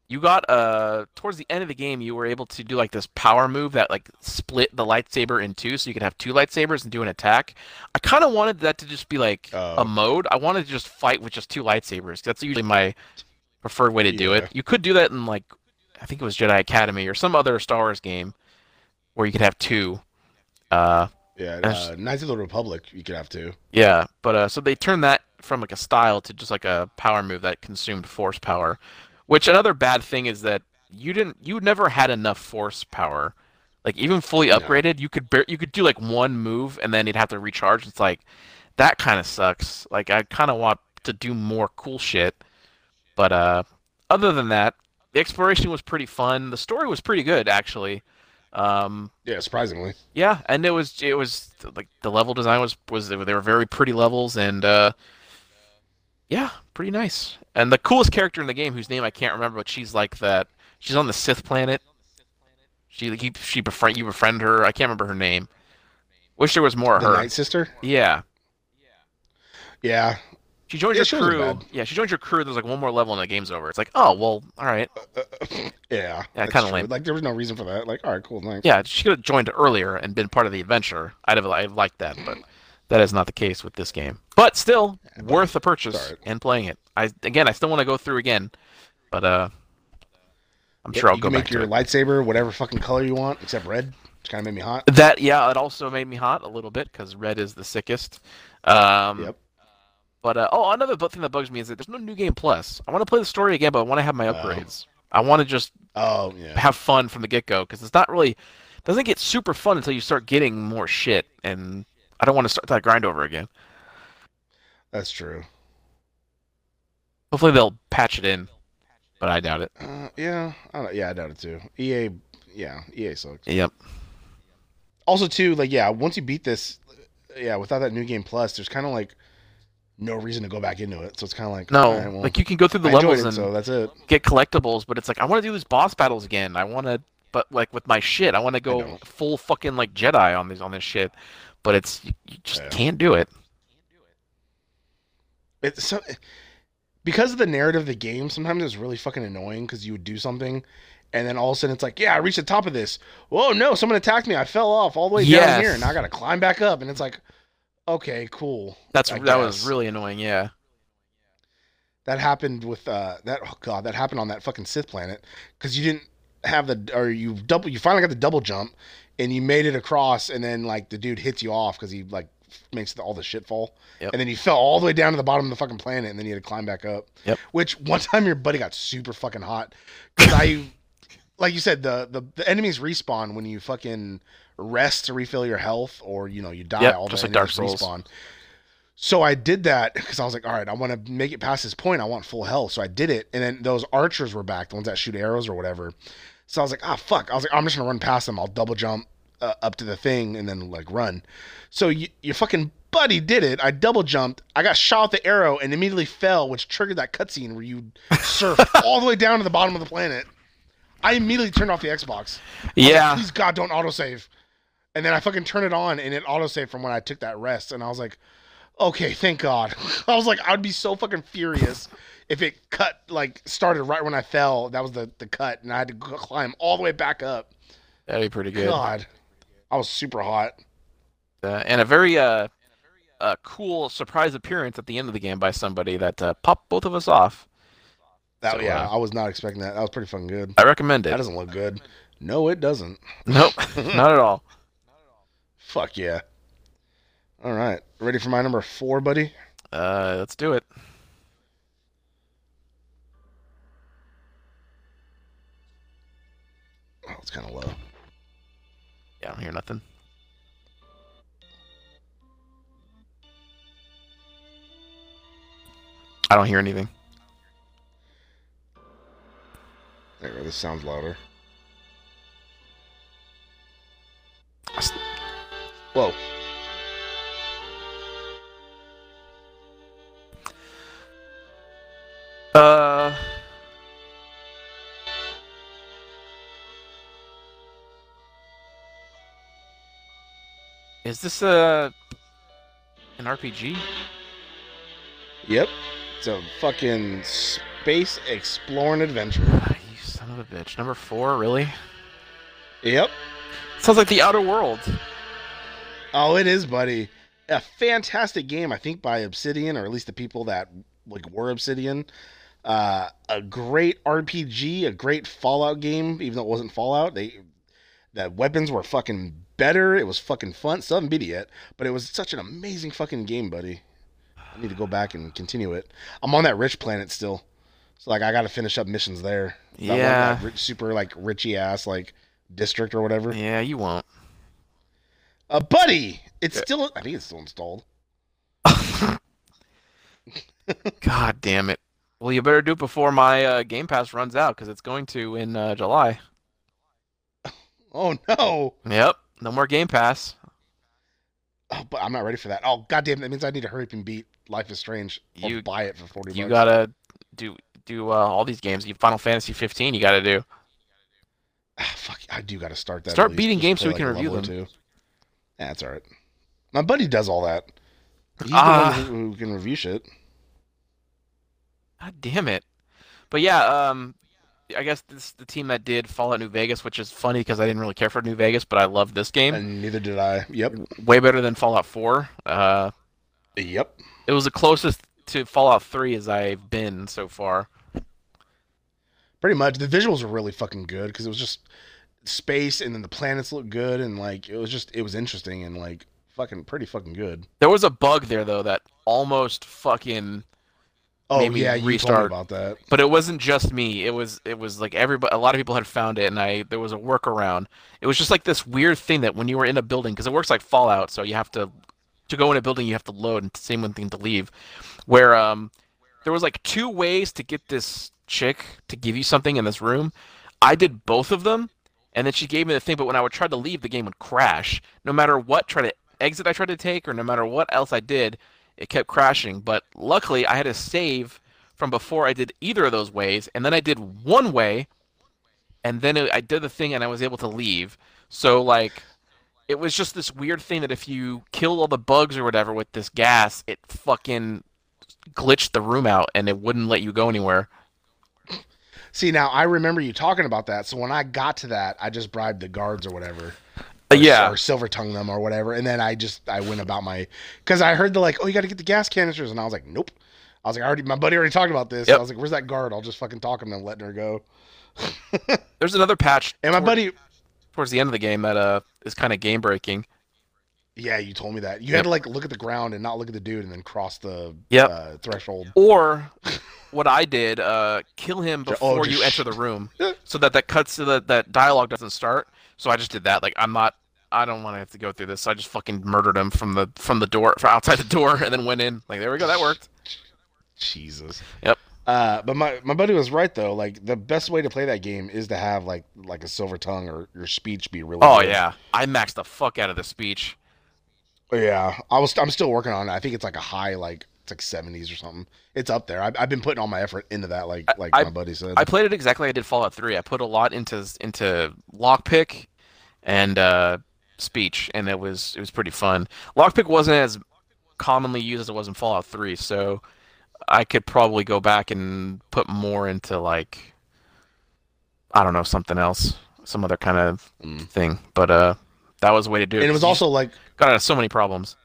Speaker 2: you got uh towards the end of the game you were able to do like this power move that like split the lightsaber in two so you could have two lightsabers and do an attack i kind of wanted that to just be like
Speaker 3: Oh.
Speaker 2: a mode i wanted to just fight with just two lightsabers that's usually my preferred way to do
Speaker 3: Yeah.
Speaker 2: it you could do that in like i think it was jedi academy or some other star wars game where you could have two uh
Speaker 3: Yeah,
Speaker 2: That's-
Speaker 3: uh, Knights of the Republic, you could have to.
Speaker 2: yeah, but uh, so they turned that from like a style to just like a power move that consumed force power, which another bad thing is that you didn't you never had enough force power. Like even fully
Speaker 3: No.
Speaker 2: upgraded, you could bar- you could do like one move and then you'd have to recharge. It's like that kind of sucks. Like I kind of want to do more cool shit, but uh, other than that, the exploration was pretty fun. The story was pretty good actually. Um,
Speaker 3: Yeah, surprisingly.
Speaker 2: yeah, and it was it was like the level design was was they were, they were very pretty levels and uh yeah, pretty nice. And the coolest character in the game whose name I can't remember, but she's like that. She's on the Sith planet. She he, she befriend you befriend her. I can't remember her name. Wish there was more of
Speaker 3: The
Speaker 2: her.
Speaker 3: Night Sister.
Speaker 2: Yeah.
Speaker 3: Yeah.
Speaker 2: She joined
Speaker 3: Yeah,
Speaker 2: your
Speaker 3: she wasn't
Speaker 2: crew.
Speaker 3: bad.
Speaker 2: Yeah, she joined your crew. There's like one more level and the game's over. It's like, oh well, all right.
Speaker 3: Yeah. that's
Speaker 2: kinda
Speaker 3: true.
Speaker 2: lame.
Speaker 3: Like there was no reason for that. Like, all right, cool, thanks.
Speaker 2: Yeah, she could have joined earlier and been part of the adventure. I'd have I'd liked that, but that is not the case with this game. But still, worth the purchase
Speaker 3: Sorry.
Speaker 2: and playing it. I again, I still want to go through again, but uh, I'm
Speaker 3: Yeah,
Speaker 2: sure I'll
Speaker 3: you
Speaker 2: go
Speaker 3: can
Speaker 2: back
Speaker 3: make
Speaker 2: to
Speaker 3: your
Speaker 2: it.
Speaker 3: lightsaber whatever fucking color you want, except red. Which kind of made me hot.
Speaker 2: That yeah, it also made me hot a little bit because red is the sickest. Um,
Speaker 3: Yep.
Speaker 2: But uh, oh, another bu- thing that bugs me is that there's no new game plus. I want to play the story again, but I want to have my
Speaker 3: Oh.
Speaker 2: upgrades. I want to just
Speaker 3: Oh yeah.
Speaker 2: have fun from the get go because it's not really doesn't get super fun until you start getting more shit, and I don't want to start that grind over again.
Speaker 3: That's true.
Speaker 2: Hopefully they'll patch it in, but I doubt it.
Speaker 3: Uh, yeah. I don't, yeah, I doubt it too. EA. Yeah, EA sucks.
Speaker 2: Yep.
Speaker 3: also too like yeah once you beat this yeah without that new game plus there's kind of like no reason to go back into it so it's kind of like
Speaker 2: No,
Speaker 3: all right, well,
Speaker 2: like you can go through the
Speaker 3: I enjoyed
Speaker 2: levels
Speaker 3: it,
Speaker 2: and
Speaker 3: so that's it
Speaker 2: get collectibles, but it's like I want to do these boss battles again. I want to, but like with my shit, I want to go
Speaker 3: know.
Speaker 2: full fucking like Jedi on this on this shit. But it's you, you just
Speaker 3: Yeah.
Speaker 2: can't do it.
Speaker 3: it's so because of the narrative of the game sometimes it's really fucking annoying because you would do something and then all of a sudden it's like yeah i reached the top of this whoa no someone attacked me i fell off all the way down
Speaker 2: Yes.
Speaker 3: here and now i gotta climb back up and it's like okay cool
Speaker 2: That's
Speaker 3: I
Speaker 2: that was
Speaker 3: guess.
Speaker 2: really annoying. Yeah.
Speaker 3: That happened with uh that oh god, that happened on that fucking Sith planet because you didn't have the or you double you finally got the double jump and you made it across and then like the dude hits you off because he like makes the, all the shit fall
Speaker 2: Yep.
Speaker 3: and then you fell all the way down to the bottom of the fucking planet and then you had to climb back up.
Speaker 2: Yep.
Speaker 3: Which one time your buddy got super fucking hot because I like you said the, the the enemies respawn when you fucking rest to refill your health or you know you die
Speaker 2: Yep,
Speaker 3: all
Speaker 2: just
Speaker 3: the
Speaker 2: like Dark
Speaker 3: enemies
Speaker 2: Souls.
Speaker 3: respawn. So I did that because I was like, all right, I want to make it past this point. I want full health. So I did it. And then those archers were back, the ones that shoot arrows or whatever. So I was like, ah, fuck. I was like, I'm just going to run past them. I'll double jump uh, up to the thing and then like run. So y- your fucking buddy did it. I double jumped. I got shot with the arrow and immediately fell, which triggered that cutscene where you surf all the way down to the bottom of the planet. I immediately turned off the Xbox.
Speaker 2: Yeah.
Speaker 3: Please God, don't autosave. And then I fucking turn it on and it autosaved from when I took that rest. And I was like, okay, thank God. I was like, I'd be so fucking furious if it cut, like, started right when I fell. That was the, the cut. And I had to go- climb all the way back up.
Speaker 2: That'd be pretty good.
Speaker 3: God. I was super hot.
Speaker 2: Uh, and a very uh, uh, cool surprise appearance at the end of the game by somebody that uh, popped both of us off.
Speaker 3: That,
Speaker 2: So,
Speaker 3: yeah,
Speaker 2: uh,
Speaker 3: I was not expecting that. That was pretty fucking good.
Speaker 2: I recommend
Speaker 3: That
Speaker 2: it.
Speaker 3: doesn't look good. No, it doesn't.
Speaker 2: Nope, not at all.
Speaker 3: Fuck yeah. All right. Ready for my number four, buddy?
Speaker 2: Uh, let's do it.
Speaker 3: Oh, it's kind of low.
Speaker 2: Yeah, I don't hear nothing. I don't hear anything.
Speaker 3: There, we go, this sounds louder. Whoa.
Speaker 2: Uh. Is this a an RPG?
Speaker 3: Yep. It's a fucking space exploring adventure.
Speaker 2: Ah, you son of a bitch. Number four, really?
Speaker 3: Yep.
Speaker 2: Sounds like The Outer World.
Speaker 3: Oh, it is, buddy. A fantastic game, I think, by Obsidian, or at least the people that like were Obsidian. Uh, a great RPG, a great Fallout game, even though it wasn't Fallout. They the weapons were fucking better. It was fucking fun. Still haven't beat it yet, but it was such an amazing fucking game, buddy. I need to go back and continue it. I'm on that rich planet still, so like I got to finish up missions there. I want
Speaker 2: Yeah.
Speaker 3: that rich, super like richy ass like district or whatever.
Speaker 2: Yeah, you won't.
Speaker 3: Uh, buddy, it's
Speaker 2: Yeah.
Speaker 3: still. I think it's still installed.
Speaker 2: God damn it. Well, you better do it before my uh, Game Pass runs out because it's going to in uh, July.
Speaker 3: Oh no!
Speaker 2: Yep, no more Game Pass.
Speaker 3: Oh, but I'm not ready for that. Oh goddamn! That means I need to hurry up and beat Life is Strange or
Speaker 2: You-
Speaker 3: buy it for forty.
Speaker 2: You
Speaker 3: bucks.
Speaker 2: gotta do do uh, all these games. You Final Fantasy 15. You gotta do.
Speaker 3: Ah, fuck! I do gotta start that. at
Speaker 2: Start
Speaker 3: least.
Speaker 2: beating
Speaker 3: Just
Speaker 2: games so
Speaker 3: play,
Speaker 2: we can
Speaker 3: a level
Speaker 2: review
Speaker 3: or two. Yeah, that's all right. My buddy does all that. He's
Speaker 2: Ah.
Speaker 3: the one who, who can review shit.
Speaker 2: God damn it. But yeah, um, I guess this is the team that did Fallout New Vegas, which is funny because I didn't really care for New Vegas, but I love this game
Speaker 3: And neither did I. Yep.
Speaker 2: way better than Fallout 4. Uh,
Speaker 3: Yep.
Speaker 2: it was the closest to Fallout 3 as I've been so far.
Speaker 3: Pretty much. The visuals were really fucking good because it was just space, and then the planets looked good, and like it was just it was interesting and like fucking pretty fucking good.
Speaker 2: There was a bug there though that almost fucking
Speaker 3: Oh
Speaker 2: Maybe
Speaker 3: yeah, you
Speaker 2: restart.
Speaker 3: told me about that.
Speaker 2: But it wasn't just me. It was it was like everybody. A lot of people had found it, and I there was a workaround. It was just like this weird thing that when you were in a building, because it works like Fallout, so you have to to go in a building, you have to load, and same one thing to leave. Where um, there was like two ways to get this chick to give you something in this room. I did both of them, and then she gave me the thing. But when I would try to leave, the game would crash. No matter what try to exit I tried to take, or no matter what else I did, it kept crashing. But luckily, I had a save from before I did either of those ways, and then I did one way, and then it, I did the thing, and I was able to leave. So like, it was just this weird thing that if you killed all the bugs or whatever with this gas, it fucking glitched the room out, and it wouldn't let you go anywhere.
Speaker 3: See, now I remember you talking about that. So when I got to that, I just bribed the guards or whatever. Or,
Speaker 2: Uh, yeah.
Speaker 3: Or silver tongue them or whatever. And then I just, I went about my, because I heard the like, oh, you got to get the gas canisters. And I was like, nope. I was like, I already, my buddy already talked about this.
Speaker 2: Yep.
Speaker 3: I was like, where's that guard? I'll just fucking talk him and letting her go.
Speaker 2: There's another patch
Speaker 3: And my
Speaker 2: toward-
Speaker 3: buddy,
Speaker 2: towards the end of the game that uh is kind of game breaking.
Speaker 3: yeah, you told me that. You
Speaker 2: Yep.
Speaker 3: had to like look at the ground and not look at the dude and then cross the
Speaker 2: Yep.
Speaker 3: uh, threshold.
Speaker 2: Or what I did, uh, kill him
Speaker 3: Ju- oh,
Speaker 2: before
Speaker 3: just
Speaker 2: you
Speaker 3: sh-
Speaker 2: enter the room, so that that cuts to the that dialogue doesn't start. So I just did that. Like I'm not, I don't want to have to go through this. So I just fucking murdered him from the from the door, from outside the door, and then went in. Like there we go, that worked.
Speaker 3: Jesus.
Speaker 2: Yep.
Speaker 3: Uh, but my, my buddy was right though. Like the best way to play that game is to have like like a silver tongue or your speech be really.
Speaker 2: Oh
Speaker 3: good.
Speaker 2: yeah, I maxed the fuck out of the speech.
Speaker 3: Yeah, I was. I'm still working on it. I think it's like a high, like it's like 70s or something. It's up there. I've, I've been putting all my effort into that, like like
Speaker 2: I-
Speaker 3: my buddy said.
Speaker 2: I played it exactly like I did Fallout 3. I put a lot into into lockpick and uh, speech, and it was it was pretty fun. Lockpick wasn't as commonly used as it was in Fallout 3, so I could probably go back and put more into like I don't know something else, some other kind of
Speaker 3: Mm.
Speaker 2: thing. But uh, that was a way to do it.
Speaker 3: and it
Speaker 2: 'cause
Speaker 3: was
Speaker 2: you
Speaker 3: also like,
Speaker 2: got out of so many problems.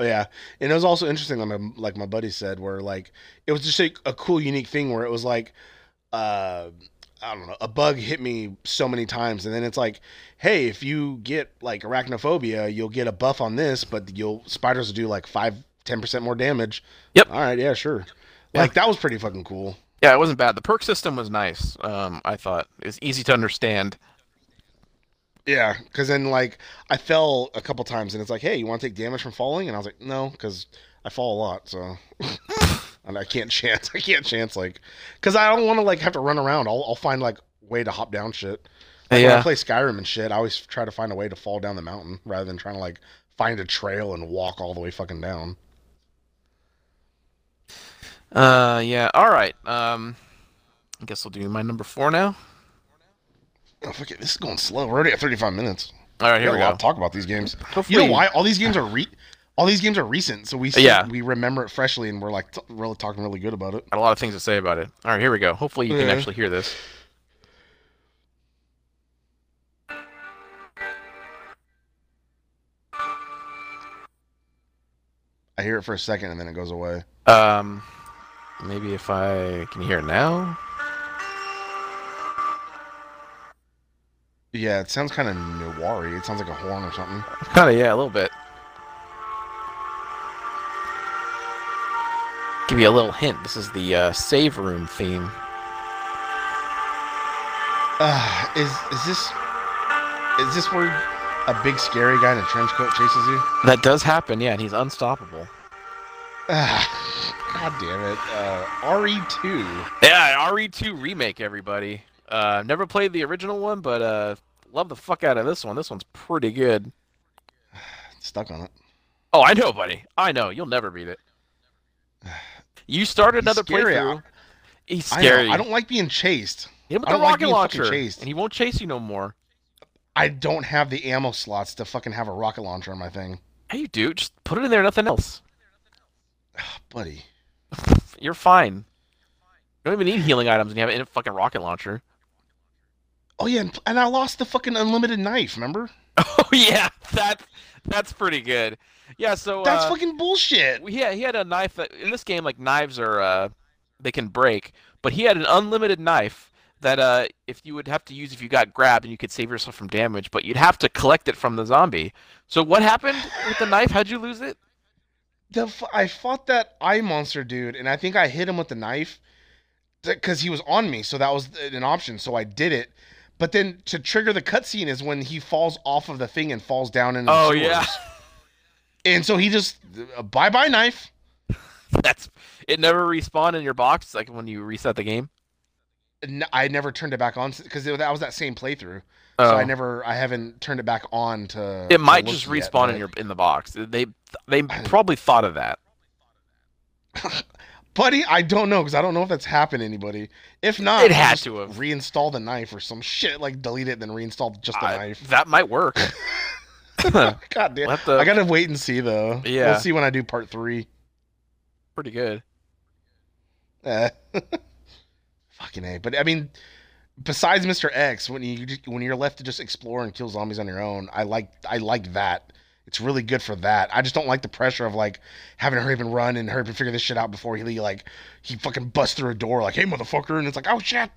Speaker 3: yeah, and it was also interesting. Like my, like my buddy said, where like it was just like a cool, unique thing where it was like, uh, I don't know, a bug hit me so many times, and then it's like, hey, if you get like arachnophobia, you'll get a buff on this, but you'll spiders will do like five, ten percent more damage.
Speaker 2: Yep.
Speaker 3: All right. Yeah. Sure.
Speaker 2: Yeah.
Speaker 3: Like that was pretty fucking cool.
Speaker 2: Yeah, it wasn't bad. The perk system was nice. Um, I thought it was easy to understand.
Speaker 3: Yeah, because then like I fell a couple times, and it's like, hey, you want to take damage from falling? And I was like, no, because I fall a lot, so and I can't chance. I can't chance like because I don't want to like have to run around. I'll I'll find like way to hop down shit. Like, When I
Speaker 2: yeah.
Speaker 3: play Skyrim and shit, I always try to find a way to fall down the mountain rather than trying to like find a trail and walk all the way fucking down.
Speaker 2: Uh, yeah. All right. Um, I guess we'll do my number four now.
Speaker 3: Oh, fuck it, this is going slow. We're already at 35 minutes.
Speaker 2: All right,
Speaker 3: We
Speaker 2: here
Speaker 3: got a
Speaker 2: we
Speaker 3: lot
Speaker 2: go.
Speaker 3: to talk about these games.
Speaker 2: Hopefully,
Speaker 3: You know why? All these games are re, all these games are recent, so we see,
Speaker 2: Yeah.
Speaker 3: we remember it freshly, and we're like t- really talking really good about it.
Speaker 2: got a lot of things to say about it. All right, here we go. Hopefully, you can
Speaker 3: Yeah.
Speaker 2: actually hear this.
Speaker 3: I hear it for a second, and then it goes away.
Speaker 2: Um, maybe if I can hear it now.
Speaker 3: Yeah, it sounds kind of noir It sounds like a horn or something.
Speaker 2: Kind of, yeah, a little bit. Give you a little hint. This is the uh, save room theme.
Speaker 3: Uh, is is this is this where a big scary guy in a trench coat chases you?
Speaker 2: That does happen, yeah, and he's unstoppable.
Speaker 3: Ah, God damn it! Uh, RE two.
Speaker 2: Yeah, RE2 remake, everybody. Uh, never played the original one, but uh, love the fuck out of this one. This one's pretty good.
Speaker 3: Stuck on it.
Speaker 2: Oh, I know, buddy. I know. You'll never beat it. You
Speaker 3: He's
Speaker 2: started another
Speaker 3: scary.
Speaker 2: playthrough. He's
Speaker 3: I know,
Speaker 2: scary.
Speaker 3: I don't like being chased.
Speaker 2: Hit him with
Speaker 3: I
Speaker 2: the
Speaker 3: don't like
Speaker 2: rocket
Speaker 3: being fucking
Speaker 2: launcher,
Speaker 3: chased.
Speaker 2: and he won't chase you no more.
Speaker 3: I don't have the ammo slots to fucking have a rocket launcher on my thing,
Speaker 2: Hey, you do. Just put it in there. Nothing else.
Speaker 3: buddy.
Speaker 2: You're fine. You don't even need healing items, and you have an infinite fucking rocket launcher.
Speaker 3: Oh yeah, and, and I lost the fucking unlimited knife. Remember?
Speaker 2: Oh yeah, that that's pretty good. Yeah. So
Speaker 3: That's
Speaker 2: uh,
Speaker 3: fucking bullshit.
Speaker 2: Well, Yeah, he had a knife that in this game, like knives are uh, they can break, but he had an unlimited knife that uh, if you would have to use if you got grabbed and you could save yourself from damage, but you'd have to collect it from the zombie. So what happened with the knife? How'd you lose it?
Speaker 3: The f- I fought that eye monster dude, and I think I hit him with the knife because he was on me, so that was an option. So I did it, but then to trigger the cutscene is when he falls off of the thing and falls down into. the
Speaker 2: Oh
Speaker 3: sewers.
Speaker 2: yeah,
Speaker 3: and so he just bye bye knife.
Speaker 2: that's it. Never respawned in your box like when you reset the game.
Speaker 3: N- I never turned it back on because that was that same playthrough, so
Speaker 2: Oh.
Speaker 3: I never I haven't turned it back on to.
Speaker 2: It might
Speaker 3: to look
Speaker 2: just
Speaker 3: yet,
Speaker 2: respawn
Speaker 3: but-
Speaker 2: in your in the box. They they
Speaker 3: I-
Speaker 2: probably thought of that.
Speaker 3: buddy. I don't know because I don't know if that's happened to anybody. If not,
Speaker 2: It had
Speaker 3: just
Speaker 2: to have.
Speaker 3: reinstall the knife or some shit like delete it then reinstall just the
Speaker 2: I-
Speaker 3: knife.
Speaker 2: that might work.
Speaker 3: God damn.
Speaker 2: We'll have to-
Speaker 3: I gotta wait and see though.
Speaker 2: Yeah.
Speaker 3: We'll see when I do part three.
Speaker 2: Pretty good.
Speaker 3: Eh. Fucking a. But I mean, besides Mr. X, when you when you're left to just explore and kill zombies on your own, I like I like that. It's really good for that. I just don't like the pressure of like having to hurry up and run and hurry up and figure this shit out before he like he fucking busts through a door like hey motherfucker and it's like oh shit.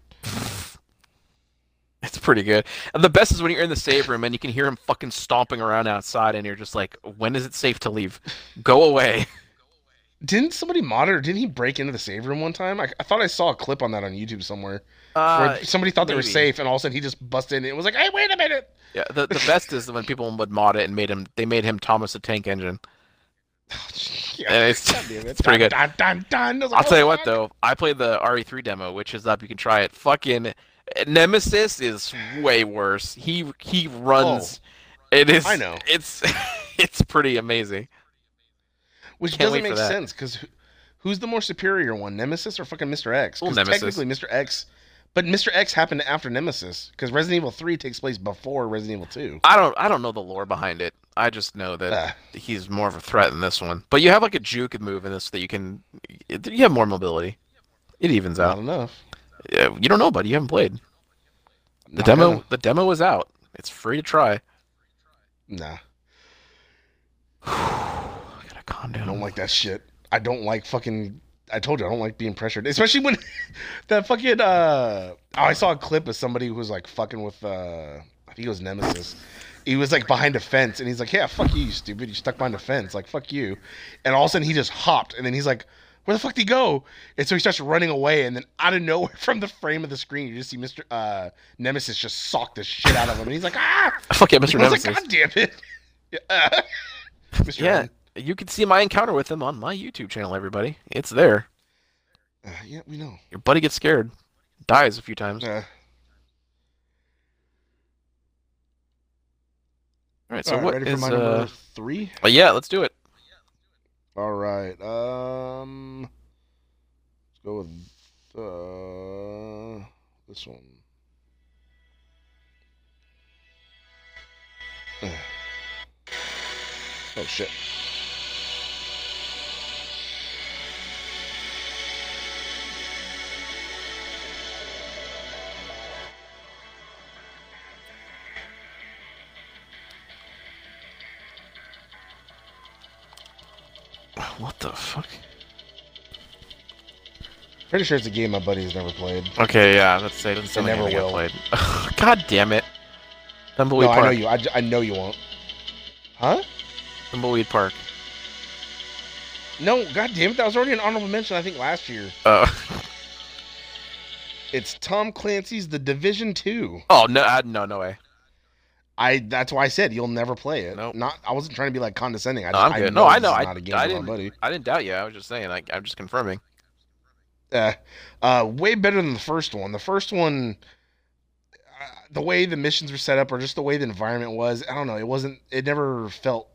Speaker 2: It's pretty good. And the best is when you're in the save room and you can hear him fucking stomping around outside, and you're just like, when is it safe to leave? Go away.
Speaker 3: Didn't somebody monitor? Didn't he break into the save room one time? I, I thought I saw a clip on that on YouTube somewhere.
Speaker 2: Uh,
Speaker 3: where somebody thought they were
Speaker 2: maybe.
Speaker 3: safe, and all of a sudden he just busted in and was like, "Hey, wait a minute!"
Speaker 2: yeah, the, the best is when people would mod it and made him they made him Thomas the Tank Engine.
Speaker 3: yeah,
Speaker 2: And it's-
Speaker 3: God damn it.
Speaker 2: it's pretty good.
Speaker 3: Dun, dun, dun, dun. I was like,
Speaker 2: I'll tell
Speaker 3: "Oh,
Speaker 2: you what
Speaker 3: fuck."
Speaker 2: though, I played the RE3 demo, which is up. You can try it. Fucking eh, Nemesis is way worse. He he runs. it is.
Speaker 3: Oh. I know.
Speaker 2: It's it's pretty amazing.
Speaker 3: which
Speaker 2: can't wait
Speaker 3: doesn't
Speaker 2: for
Speaker 3: make
Speaker 2: that.
Speaker 3: sense because who's the more superior one, Nemesis or fucking Mr. X?
Speaker 2: Well,
Speaker 3: 'Cause
Speaker 2: Nemesis.
Speaker 3: Technically, Mr. X, but Mr. X happened after Nemesis because Resident Evil Three takes place before Resident Evil Two.
Speaker 2: I don't I don't know the lore behind it. I just know that.
Speaker 3: Ah,
Speaker 2: he's more of a threat in this one. But you have like a juke move in this that you can. You have more mobility. It evens
Speaker 3: not
Speaker 2: out.
Speaker 3: enough.
Speaker 2: Yeah, You don't know, buddy. You haven't played. The
Speaker 3: Not
Speaker 2: demo.
Speaker 3: gonna-
Speaker 2: The demo is out. It's free to try.
Speaker 3: Nah,
Speaker 2: I gotta calm down.
Speaker 3: I don't like that shit. I don't like fucking. I told you I don't like being pressured, especially when that fucking. uh oh, I saw a clip of somebody who was like fucking with. uh I think it was Nemesis. He was like behind a fence, and he's like, "Yeah, fuck you, you stupid! You stuck behind a fence, like fuck you." And all of a sudden, he just hopped, and then he's like, where the fuck did he go? And so he starts running away, and then out of nowhere from the frame of the screen, you just see Mr. Uh, Nemesis just sock the shit out of him, and he's like, ah!
Speaker 2: Fuck yeah, Mr.
Speaker 3: I was
Speaker 2: Nemesis.
Speaker 3: like, God damn it. yeah. Mr.
Speaker 2: yeah, you can see my encounter with him on my YouTube channel, everybody. It's there.
Speaker 3: Uh, yeah, we know.
Speaker 2: Your buddy gets scared, dies a few times.
Speaker 3: Uh,
Speaker 2: All right, so
Speaker 3: all right,
Speaker 2: what
Speaker 3: ready
Speaker 2: is,
Speaker 3: for my
Speaker 2: uh,
Speaker 3: number three?
Speaker 2: oh, yeah, let's do it.
Speaker 3: All right. Um, let's go with uh, this one. Ugh. Oh shit.
Speaker 2: What the fuck?
Speaker 3: Pretty sure it's a game my buddy has never played.
Speaker 2: Okay, yeah, let's say it doesn't sound
Speaker 3: It
Speaker 2: like
Speaker 3: never
Speaker 2: anything I
Speaker 3: will.
Speaker 2: played. God damn it. Tumbleweed
Speaker 3: no, I
Speaker 2: Park.
Speaker 3: know you. I, j- I know you won't. Huh?
Speaker 2: Tumbleweed Park.
Speaker 3: No, god damn it! That was already an honorable mention. I think last year.
Speaker 2: Uh,
Speaker 3: It's Tom Clancy's The Division Two.
Speaker 2: oh, no, I, no, no way.
Speaker 3: I that's why I said you'll never play it.
Speaker 2: Nope.
Speaker 3: Not I wasn't trying to be like condescending. I
Speaker 2: No,
Speaker 3: just,
Speaker 2: I'm good. No, I
Speaker 3: this
Speaker 2: know.
Speaker 3: is
Speaker 2: I-
Speaker 3: not a game
Speaker 2: I
Speaker 3: for my
Speaker 2: didn't-
Speaker 3: buddy.
Speaker 2: I didn't doubt you. I was just saying. I, I'm just confirming.
Speaker 3: Uh, uh, way better than the first one. The first one, uh, the way the missions were set up, or just the way the environment was, I don't know. It wasn't. It never felt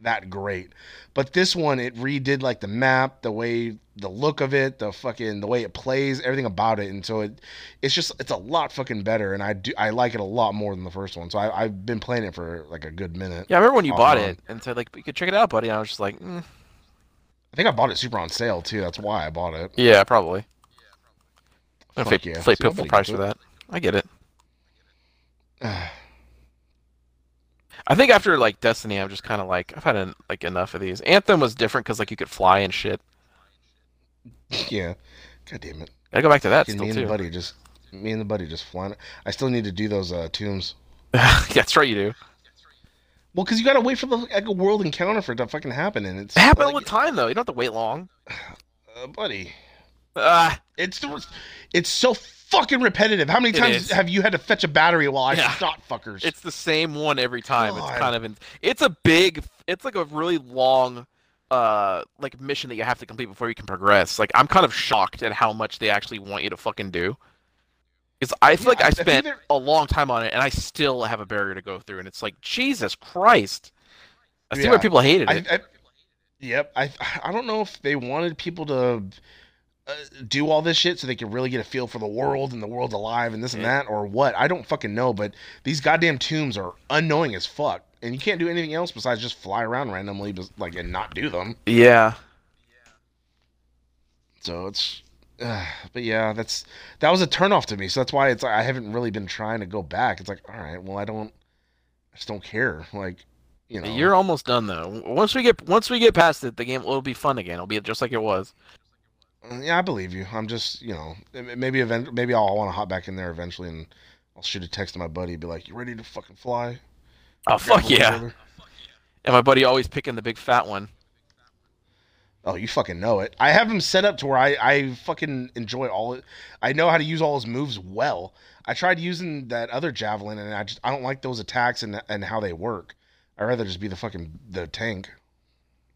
Speaker 3: that great. But this one, it redid like the map, the way, the look of it, the fucking, the way it plays, everything about it, and so it, it's just, it's a lot fucking better, and I do, I like it a lot more than the first one. So I, I've been playing it for like a good minute.
Speaker 2: Yeah, I remember when you
Speaker 3: Off
Speaker 2: bought
Speaker 3: and on.
Speaker 2: it and said like, "You could check it out, buddy." And I was just like, mm,
Speaker 3: I think I bought it super on sale too. That's why I bought it.
Speaker 2: "Yeah, probably." I'm gonna
Speaker 3: Fuck
Speaker 2: pay,
Speaker 3: yeah.
Speaker 2: play
Speaker 3: See, I'll
Speaker 2: full
Speaker 3: get
Speaker 2: price
Speaker 3: to
Speaker 2: for
Speaker 3: it.
Speaker 2: that. I get it.
Speaker 3: Ah,
Speaker 2: I think after like Destiny, I'm just kind of like I've had en- like enough of these. Anthem was different because like you could fly and shit.
Speaker 3: yeah. God damn it.
Speaker 2: I go back to that
Speaker 3: Fucking
Speaker 2: still
Speaker 3: me and
Speaker 2: too.
Speaker 3: the buddy just me and the buddy just flying. I still need to do those uh, tombs.
Speaker 2: Yeah, That's right, you do.
Speaker 3: Well, because you gotta wait for the like a world encounter for it to fucking happen, and it's
Speaker 2: It happened all
Speaker 3: like,
Speaker 2: the time though. You don't have to wait long.
Speaker 3: uh, buddy.
Speaker 2: Ah,
Speaker 3: It's the, it's so fucking repetitive. How many
Speaker 2: It
Speaker 3: times
Speaker 2: is.
Speaker 3: have you had to fetch a battery while I
Speaker 2: Yeah.
Speaker 3: shot fuckers?
Speaker 2: it's the same one every time.
Speaker 3: God.
Speaker 2: It's kind of in- it's a big. It's like a really long. Uh, like mission that you have to complete before you can progress. Like I'm kind of shocked at how much they actually want you to fucking do. Because I feel
Speaker 3: Yeah,
Speaker 2: like
Speaker 3: I-
Speaker 2: I
Speaker 3: I think
Speaker 2: spent
Speaker 3: they're-
Speaker 2: a long time on it, and I still have a barrier to go through. And it's like Jesus Christ. I see
Speaker 3: Yeah.
Speaker 2: why people hated it.
Speaker 3: I, I, yep. I I don't know if they wanted people to uh, do all this shit so they could really get a feel for the world and the world's alive and this and
Speaker 2: Yeah.
Speaker 3: that or what. I don't fucking know. But these goddamn tombs are unknowing as fuck, and you can't do anything else besides just fly around randomly, bes- like and not do them.
Speaker 2: Yeah.
Speaker 3: So it's. Uh, but yeah, that's that was a turnoff to me. So that's why it's like I haven't really been trying to go back. It's like, all right, well, I don't, I just don't care. Like, you know,
Speaker 2: You're almost done though. W- Once we get once we get past it, the game will be fun again. It'll be just like it was.
Speaker 3: Uh, Yeah, I believe you. I'm just, you know, m- maybe event, maybe I'll want to hop back in there eventually, and I'll shoot a text to my buddy, be like, "You ready to fucking fly?"
Speaker 2: Oh
Speaker 3: Grab
Speaker 2: fuck
Speaker 3: a
Speaker 2: yeah.
Speaker 3: recorder.
Speaker 2: And my buddy always picking the big fat one.
Speaker 3: Oh, you fucking know it. I have him set up to where I, I fucking enjoy all it. I know how to use all his moves well. I tried using that other javelin, and I just I don't like those attacks and and how they work. I'd rather just be the fucking the tank.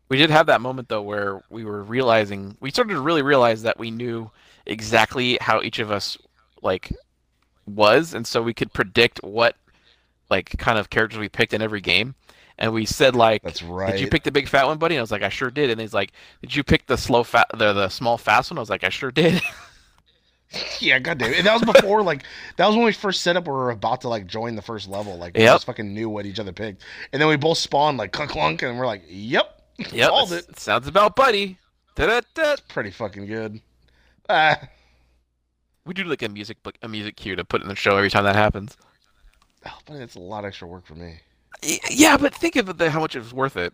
Speaker 2: We did have that moment though where we were realizing we started to really realize that we knew exactly how each of us like was and so we could predict what like kind of characters we picked in every game. And we said like
Speaker 3: That's right.
Speaker 2: Did you pick the big fat one, buddy? And I was like, I sure did. And he's like, Did you pick the slow fat, the the small fast one? I was like, I sure did.
Speaker 3: Yeah, goddamn. And that was before, like, that was when we first set up. We were about to like join the first level. Like, we
Speaker 2: Yep.
Speaker 3: just fucking knew what each other picked, and then we both spawned like clunk clunk, and we're like, "Yep,
Speaker 2: Yep,
Speaker 3: solved
Speaker 2: it's-
Speaker 3: it."
Speaker 2: it sounds about buddy. Da-da-da.
Speaker 3: Pretty fucking good. Uh,
Speaker 2: We do like a music book, a music cue to put in the show every time that happens.
Speaker 3: oh, but it's a lot extra work for me.
Speaker 2: Y- Yeah, but think of the, how much it was worth it.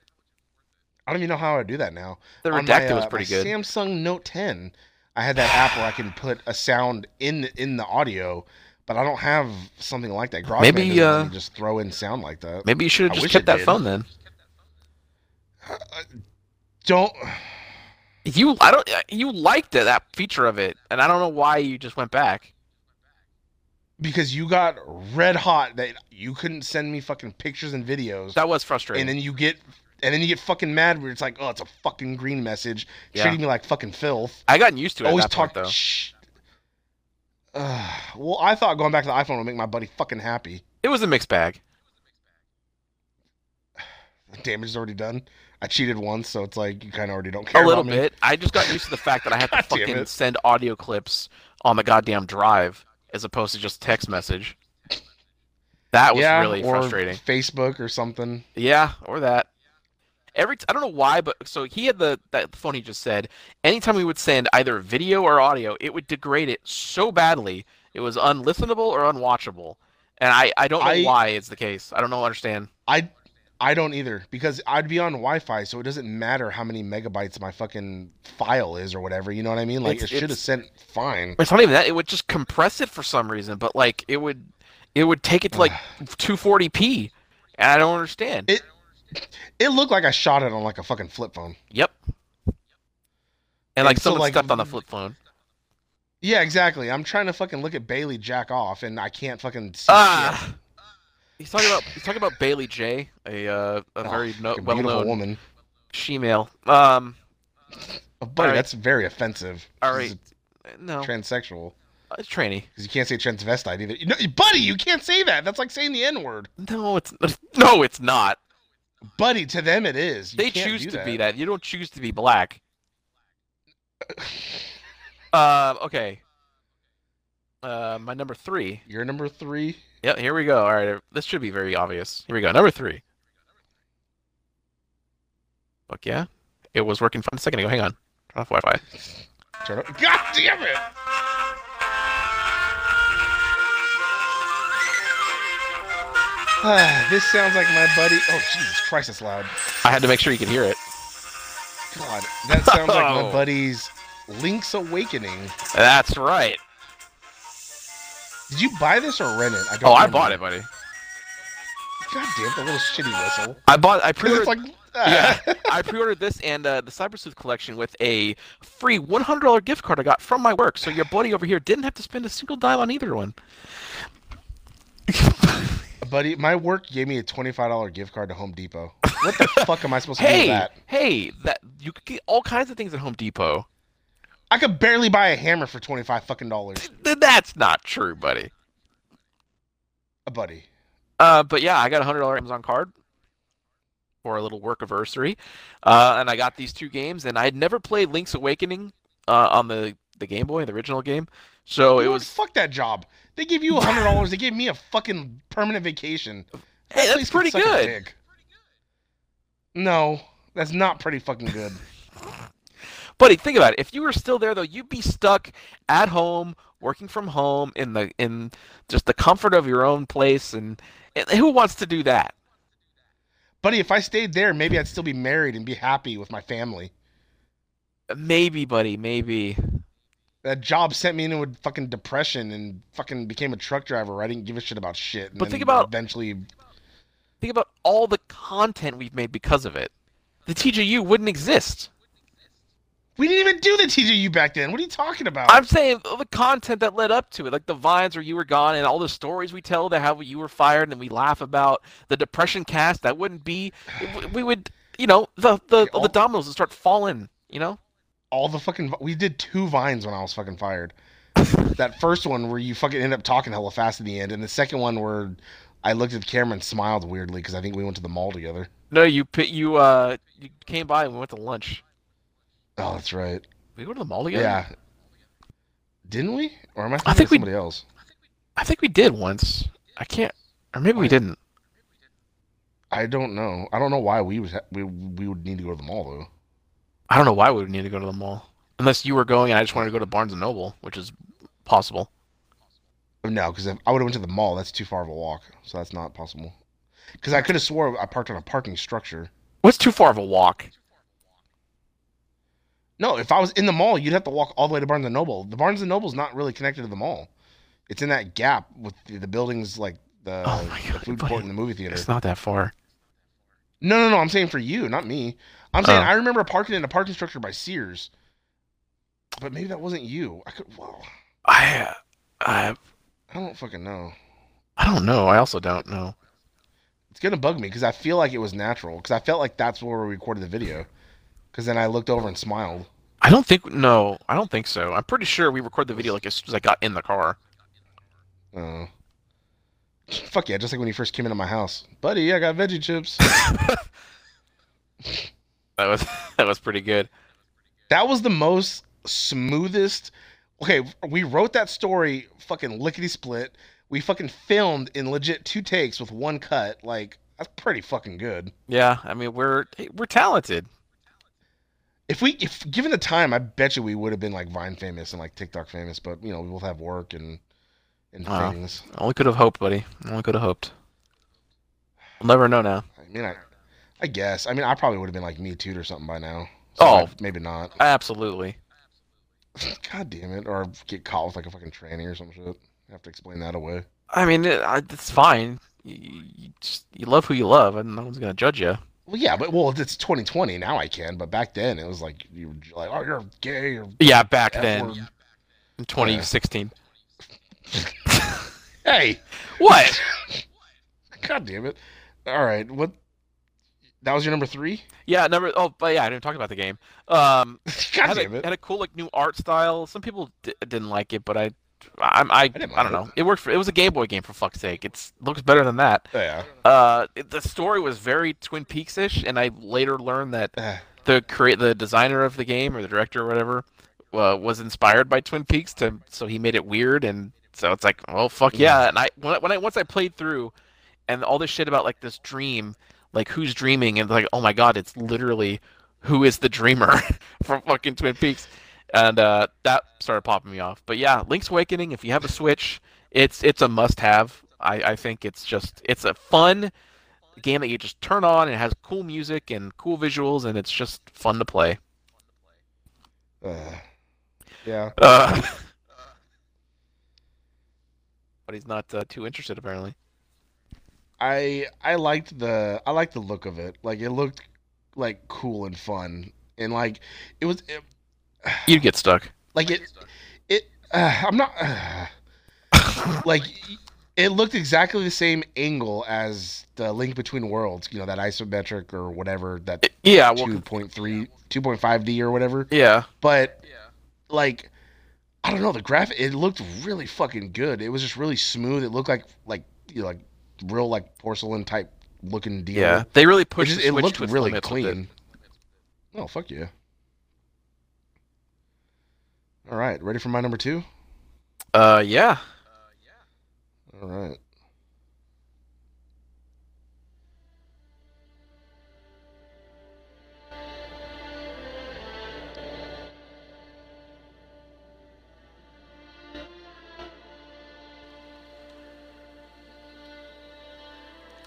Speaker 3: I don't even know how I do that now.
Speaker 2: The
Speaker 3: On
Speaker 2: redacted
Speaker 3: my,
Speaker 2: was
Speaker 3: uh,
Speaker 2: pretty
Speaker 3: my
Speaker 2: good.
Speaker 3: Samsung Note 10. I had that app where I can put a sound in in the audio, but I don't have something like that. GarageBand
Speaker 2: Maybe,
Speaker 3: doesn't let
Speaker 2: uh,
Speaker 3: me just throw in sound like that.
Speaker 2: Maybe you should
Speaker 3: I
Speaker 2: have
Speaker 3: wish
Speaker 2: just
Speaker 3: it
Speaker 2: kept that
Speaker 3: did.
Speaker 2: phone then.
Speaker 3: Don't.
Speaker 2: You I don't you liked it, that feature of it, and I don't know why you just went back.
Speaker 3: because you got red hot that you couldn't send me fucking pictures and videos,
Speaker 2: That was frustrating.
Speaker 3: and then you get and then you get fucking mad where it's like, oh, it's a fucking green message
Speaker 2: Yeah.
Speaker 3: treating me like fucking filth.
Speaker 2: I gotten used to it.
Speaker 3: Always
Speaker 2: at that point,
Speaker 3: talk.
Speaker 2: though.
Speaker 3: Shh. Ugh. well, I thought going back to the iPhone would make my buddy fucking happy.
Speaker 2: It was a mixed bag.
Speaker 3: The damage is already done. I cheated once, so it's like you kind of already don't care.
Speaker 2: a little
Speaker 3: about me.
Speaker 2: bit. I just got used to the fact that I had to
Speaker 3: God damn
Speaker 2: fucking
Speaker 3: it.
Speaker 2: send audio clips on the goddamn drive as opposed to just text message. That was
Speaker 3: yeah,
Speaker 2: really
Speaker 3: or
Speaker 2: frustrating.
Speaker 3: Facebook or something.
Speaker 2: Yeah, or that. Every t- I don't know why, but so he had the that phone he just said. Anytime we would send either video or audio, it would degrade it so badly it was unlistenable or unwatchable. And I I don't know
Speaker 3: I-
Speaker 2: why it's the case. I don't know understand.
Speaker 3: I I don't either because I'd be on Wi-Fi, so it doesn't matter how many megabytes my fucking file is or whatever. You know what I mean? Like
Speaker 2: It's-
Speaker 3: it should have
Speaker 2: it's-
Speaker 3: sent fine.
Speaker 2: It's not even that. It would just compress it for some reason, but like it would it would take it to like 240p, and I don't understand.
Speaker 3: It- It looked like I shot it on like a fucking flip phone.
Speaker 2: yep. And like
Speaker 3: And so,
Speaker 2: someone
Speaker 3: like,
Speaker 2: stepped on the flip phone.
Speaker 3: Yeah, exactly. I'm trying to fucking look at Bailey jack off, and I can't fucking see shit.
Speaker 2: Ah. He's talking about he's talking about Bailey J, a uh, a
Speaker 3: Oh,
Speaker 2: very no,
Speaker 3: fucking beautiful
Speaker 2: well-known
Speaker 3: woman.
Speaker 2: Shemale. Um.
Speaker 3: Oh, buddy,
Speaker 2: All right.
Speaker 3: that's very offensive.
Speaker 2: All
Speaker 3: This
Speaker 2: right.
Speaker 3: is
Speaker 2: No. uh,
Speaker 3: Transsexual,
Speaker 2: It's tranny.
Speaker 3: because you can't say transvestite either. No, buddy, you can't say that. That's like saying the N word.
Speaker 2: No, it's no, it's not.
Speaker 3: Buddy, to them it is. You
Speaker 2: They
Speaker 3: can't
Speaker 2: choose
Speaker 3: do
Speaker 2: to be that. You don't choose to be black. Um. Okay. Uh, my number three.
Speaker 3: You're number three.
Speaker 2: Yeah, here we go. All right, uh, this should be very obvious. Here we go. Number three. Fuck yeah. It was working fine a second ago. Hang on. Turn off Wi Fi.
Speaker 3: Turn up. God damn it! Ah, this sounds like my buddy. Oh Jesus Christ, that's loud.
Speaker 2: I had to make sure you could hear it.
Speaker 3: God, that sounds like my
Speaker 2: Oh.
Speaker 3: buddy's Link's Awakening.
Speaker 2: That's right.
Speaker 3: Did you buy this or rent it? I
Speaker 2: Oh, I
Speaker 3: remember.
Speaker 2: bought it, buddy.
Speaker 3: God damn the little shitty whistle.
Speaker 2: I bought, I
Speaker 3: 'Cause
Speaker 2: pre
Speaker 3: it's
Speaker 2: ordered.
Speaker 3: like ah.
Speaker 2: yeah, I pre-ordered this and uh, the Cyber Sleuth collection with a free $100 gift card I got from my work. So your buddy over here didn't have to spend a single dime on either one.
Speaker 3: buddy. My work gave me a twenty-five dollar gift card to Home Depot. What the fuck am I supposed to do with
Speaker 2: Hey,
Speaker 3: that?
Speaker 2: hey, that you could get all kinds of things at Home Depot.
Speaker 3: I could barely buy a hammer for twenty-five fucking dollars,
Speaker 2: Th- That's not true, buddy.
Speaker 3: a buddy.
Speaker 2: Uh, but yeah, I got a hundred dollar Amazon card for a little work anniversary, uh, and I got these two games. And I had never played Link's Awakening uh, on the the Game Boy, the original game. So Oh, it
Speaker 3: You know what?
Speaker 2: was
Speaker 3: fuck that job. They give you a hundred dollars. they gave me a fucking permanent vacation.
Speaker 2: hey,
Speaker 3: That
Speaker 2: that's
Speaker 3: place
Speaker 2: pretty
Speaker 3: can suck a
Speaker 2: good.
Speaker 3: dick. No, that's not pretty fucking good.
Speaker 2: Buddy, think about it. If you were still there though, you'd be stuck at home, working from home in the in just the comfort of your own place. And, and who wants to do that?
Speaker 3: Buddy, if I stayed there, maybe I'd still be married and be happy with my family.
Speaker 2: Maybe, buddy, maybe.
Speaker 3: That job sent me into a fucking depression and fucking became a truck driver. Where I didn't give a shit about shit. And
Speaker 2: But
Speaker 3: then
Speaker 2: think about-
Speaker 3: eventually.
Speaker 2: Think about all the content we've made because of it. The TGU wouldn't exist.
Speaker 3: We didn't even do the TGU back then. What are you talking about?
Speaker 2: I'm saying all the content that led up to it, like the vines where you were gone, and all the stories we tell that how you were fired, and we laugh about the depression cast. That wouldn't be. w- We would, you know, the the
Speaker 3: Yeah, all-
Speaker 2: the dominoes would start falling. You know,
Speaker 3: all the fucking we did two vines when I was fucking fired. that first one where you fucking end up talking hella fast at the end, and the second one where I looked at the camera and smiled weirdly because I think we went to the mall together.
Speaker 2: no, you pi- you uh you came by and we went to lunch.
Speaker 3: Oh, that's right.
Speaker 2: We go to the mall
Speaker 3: Yeah.
Speaker 2: together.
Speaker 3: Didn't we? Or am I thinking
Speaker 2: I
Speaker 3: I
Speaker 2: think
Speaker 3: think
Speaker 2: we-
Speaker 3: somebody else?
Speaker 2: I think we did once. I can't, or maybe we didn't.
Speaker 3: I don't know. I don't know why we was ha- we we would need to go to the mall though.
Speaker 2: I don't know why we would need to go to the mall unless you were going and I just wanted to go to Barnes and Noble, which is possible.
Speaker 3: No, because I would have went to the mall. That's too far of a walk, so that's not possible. Because I could have swore I parked on a parking structure.
Speaker 2: What's too far of a walk?
Speaker 3: No, if I was in the mall, you'd have to walk all the way to Barnes and Noble. The Barnes and Noble's not really connected to the mall. It's in that gap with the, the buildings like the,
Speaker 2: Oh my
Speaker 3: the
Speaker 2: God,
Speaker 3: food
Speaker 2: buddy.
Speaker 3: court and the movie theater.
Speaker 2: It's not that far.
Speaker 3: No, no, no. I'm saying for you, not me. I'm saying
Speaker 2: Oh.
Speaker 3: I remember parking in a parking structure by Sears, but maybe that wasn't you. I could. Well,
Speaker 2: I, uh, I,
Speaker 3: I don't fucking know.
Speaker 2: I don't know. I also don't know.
Speaker 3: It's gonna bug me because I feel like it was natural because I felt like that's where we recorded the video. Because then I looked over and smiled.
Speaker 2: I don't think no. I don't think so. I'm pretty sure we recorded the video like as soon as I got in the car.
Speaker 3: Oh. Fuck yeah! Just like when you first came into my house, buddy. I got veggie chips.
Speaker 2: That was that was pretty good.
Speaker 3: That was the most smoothest. Okay, we wrote that story fucking lickety split. We fucking filmed in legit two takes with one cut. Like that's pretty fucking good.
Speaker 2: Yeah, I mean we're hey, we're talented.
Speaker 3: If we, if given the time, I bet you we would have been like Vine famous and like TikTok famous. But you know, we both have work and and
Speaker 2: Wow.
Speaker 3: things.
Speaker 2: I only could have hoped, buddy. I only could have hoped. I'll never know now.
Speaker 3: I mean, I, I guess. I mean, I probably would have been like me too or something by now.
Speaker 2: Oh.
Speaker 3: like, maybe not.
Speaker 2: Absolutely.
Speaker 3: God damn it! Or get caught with like a fucking tranny or some shit. I have to explain that away.
Speaker 2: I mean, it, I, it's fine. You, you, you just, you love who you love, and no one's gonna judge you.
Speaker 3: Well, yeah, but well, it's 2020 now. I can, but back then it was like you were j- like, oh, you're gay. Or,
Speaker 2: Yeah, back
Speaker 3: F
Speaker 2: then,
Speaker 3: word.
Speaker 2: in 2016.
Speaker 3: hey,
Speaker 2: What?
Speaker 3: god damn it! All right, what? That was your number three.
Speaker 2: Yeah, number. Oh, but yeah, I didn't talk about the game. Um,
Speaker 3: God
Speaker 2: had
Speaker 3: damn
Speaker 2: a,
Speaker 3: it!
Speaker 2: had a cool like new art style. Some people d- didn't like it, but I, I'm, I, I,
Speaker 3: didn't
Speaker 2: don't
Speaker 3: mind
Speaker 2: know. It worked for. It was a Game Boy game for fuck's sake. It's looks better than that.
Speaker 3: Oh, yeah.
Speaker 2: Uh, it, the story was very Twin Peaks ish, and I later learned that
Speaker 3: Ah,
Speaker 2: the create the designer of the game or the director or whatever uh, was inspired by Twin Peaks to so he made it weird and so it's like well fuck yeah and I when, I when I once I played through and all this shit about like this dream like who's dreaming and like oh my god it's literally who is the dreamer from fucking Twin Peaks and uh, that started popping me off but yeah Link's Awakening if you have a Switch it's it's a must have I I think it's just it's a fun game that you just turn on and it has cool music and cool visuals and it's just fun to play.
Speaker 3: ah. yeah.
Speaker 2: Uh, but he's not uh, too interested apparently.
Speaker 3: I I liked the I liked the look of it. Like it looked like cool and fun, and like it was it,
Speaker 2: You'd get stuck.
Speaker 3: like it it. Uh, I'm not. like it looked exactly the same angle as the link between worlds you know that isometric or whatever that
Speaker 2: yeah, well,
Speaker 3: 2.3 2.5d or whatever
Speaker 2: yeah.
Speaker 3: but like i don't know the graphic it looked really fucking good it was just really smooth it looked like like you know, like real like porcelain type looking deal
Speaker 2: Yeah, they really
Speaker 3: it,
Speaker 2: pushed
Speaker 3: just,
Speaker 2: the
Speaker 3: it
Speaker 2: Switch
Speaker 3: looked
Speaker 2: to its
Speaker 3: really
Speaker 2: limits with it.
Speaker 3: clean oh fuck yeah all right ready for my number two
Speaker 2: Uh, yeah.
Speaker 3: All right.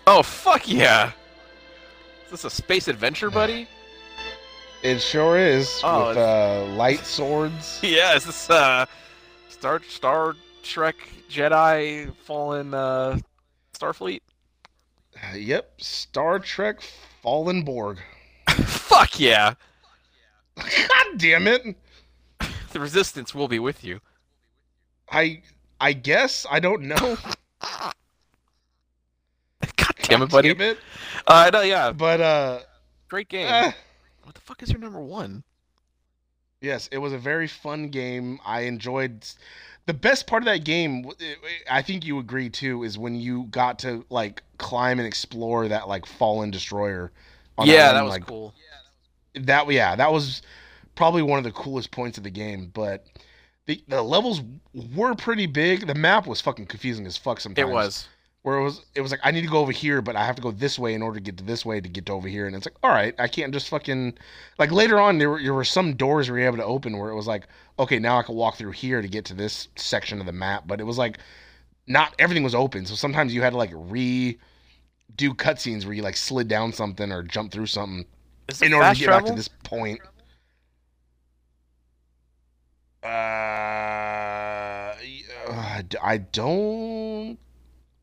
Speaker 2: Oh fuck yeah! Is this a space adventure, buddy?
Speaker 3: It sure is
Speaker 2: Oh,
Speaker 3: with uh, light swords.
Speaker 2: yeah, is this uh, Star Star Trek Jedi Fallen uh, Starfleet?
Speaker 3: yep, Star Trek Fallen Borg.
Speaker 2: fuck yeah!
Speaker 3: God damn it!
Speaker 2: The Resistance will be with you.
Speaker 3: I I guess I don't know.
Speaker 2: God damn it, buddy.
Speaker 3: Damn it.
Speaker 2: Uh, no, yeah,
Speaker 3: But uh,
Speaker 2: great game.
Speaker 3: ah,
Speaker 2: what the fuck is your number one?
Speaker 3: yes, it was a very fun game. I enjoyed. The best part of that game, w- it- it- I think you agree too, is when you got to like climb and explore that like fallen destroyer.
Speaker 2: yeah,
Speaker 3: one,
Speaker 2: that was
Speaker 3: like,
Speaker 2: cool.
Speaker 3: that yeah that was probably one of the coolest points of the game but the, the levels were pretty big the map was fucking confusing as fuck sometimes
Speaker 2: It was.
Speaker 3: where it was it was like i need to go over here but i have to go this way in order to get to this way to get to over here and it's like all right i can't just fucking like later on there were, there were some doors we were able to open where it was like okay now i can walk through here to get to this section of the map but it was like not everything was open so sometimes you had to like re do cutscenes where you like slid down something or jump through something
Speaker 2: Is it
Speaker 3: in order to
Speaker 2: fast
Speaker 3: get
Speaker 2: travel?
Speaker 3: back to this point. Uh, y- uh, d- I don't.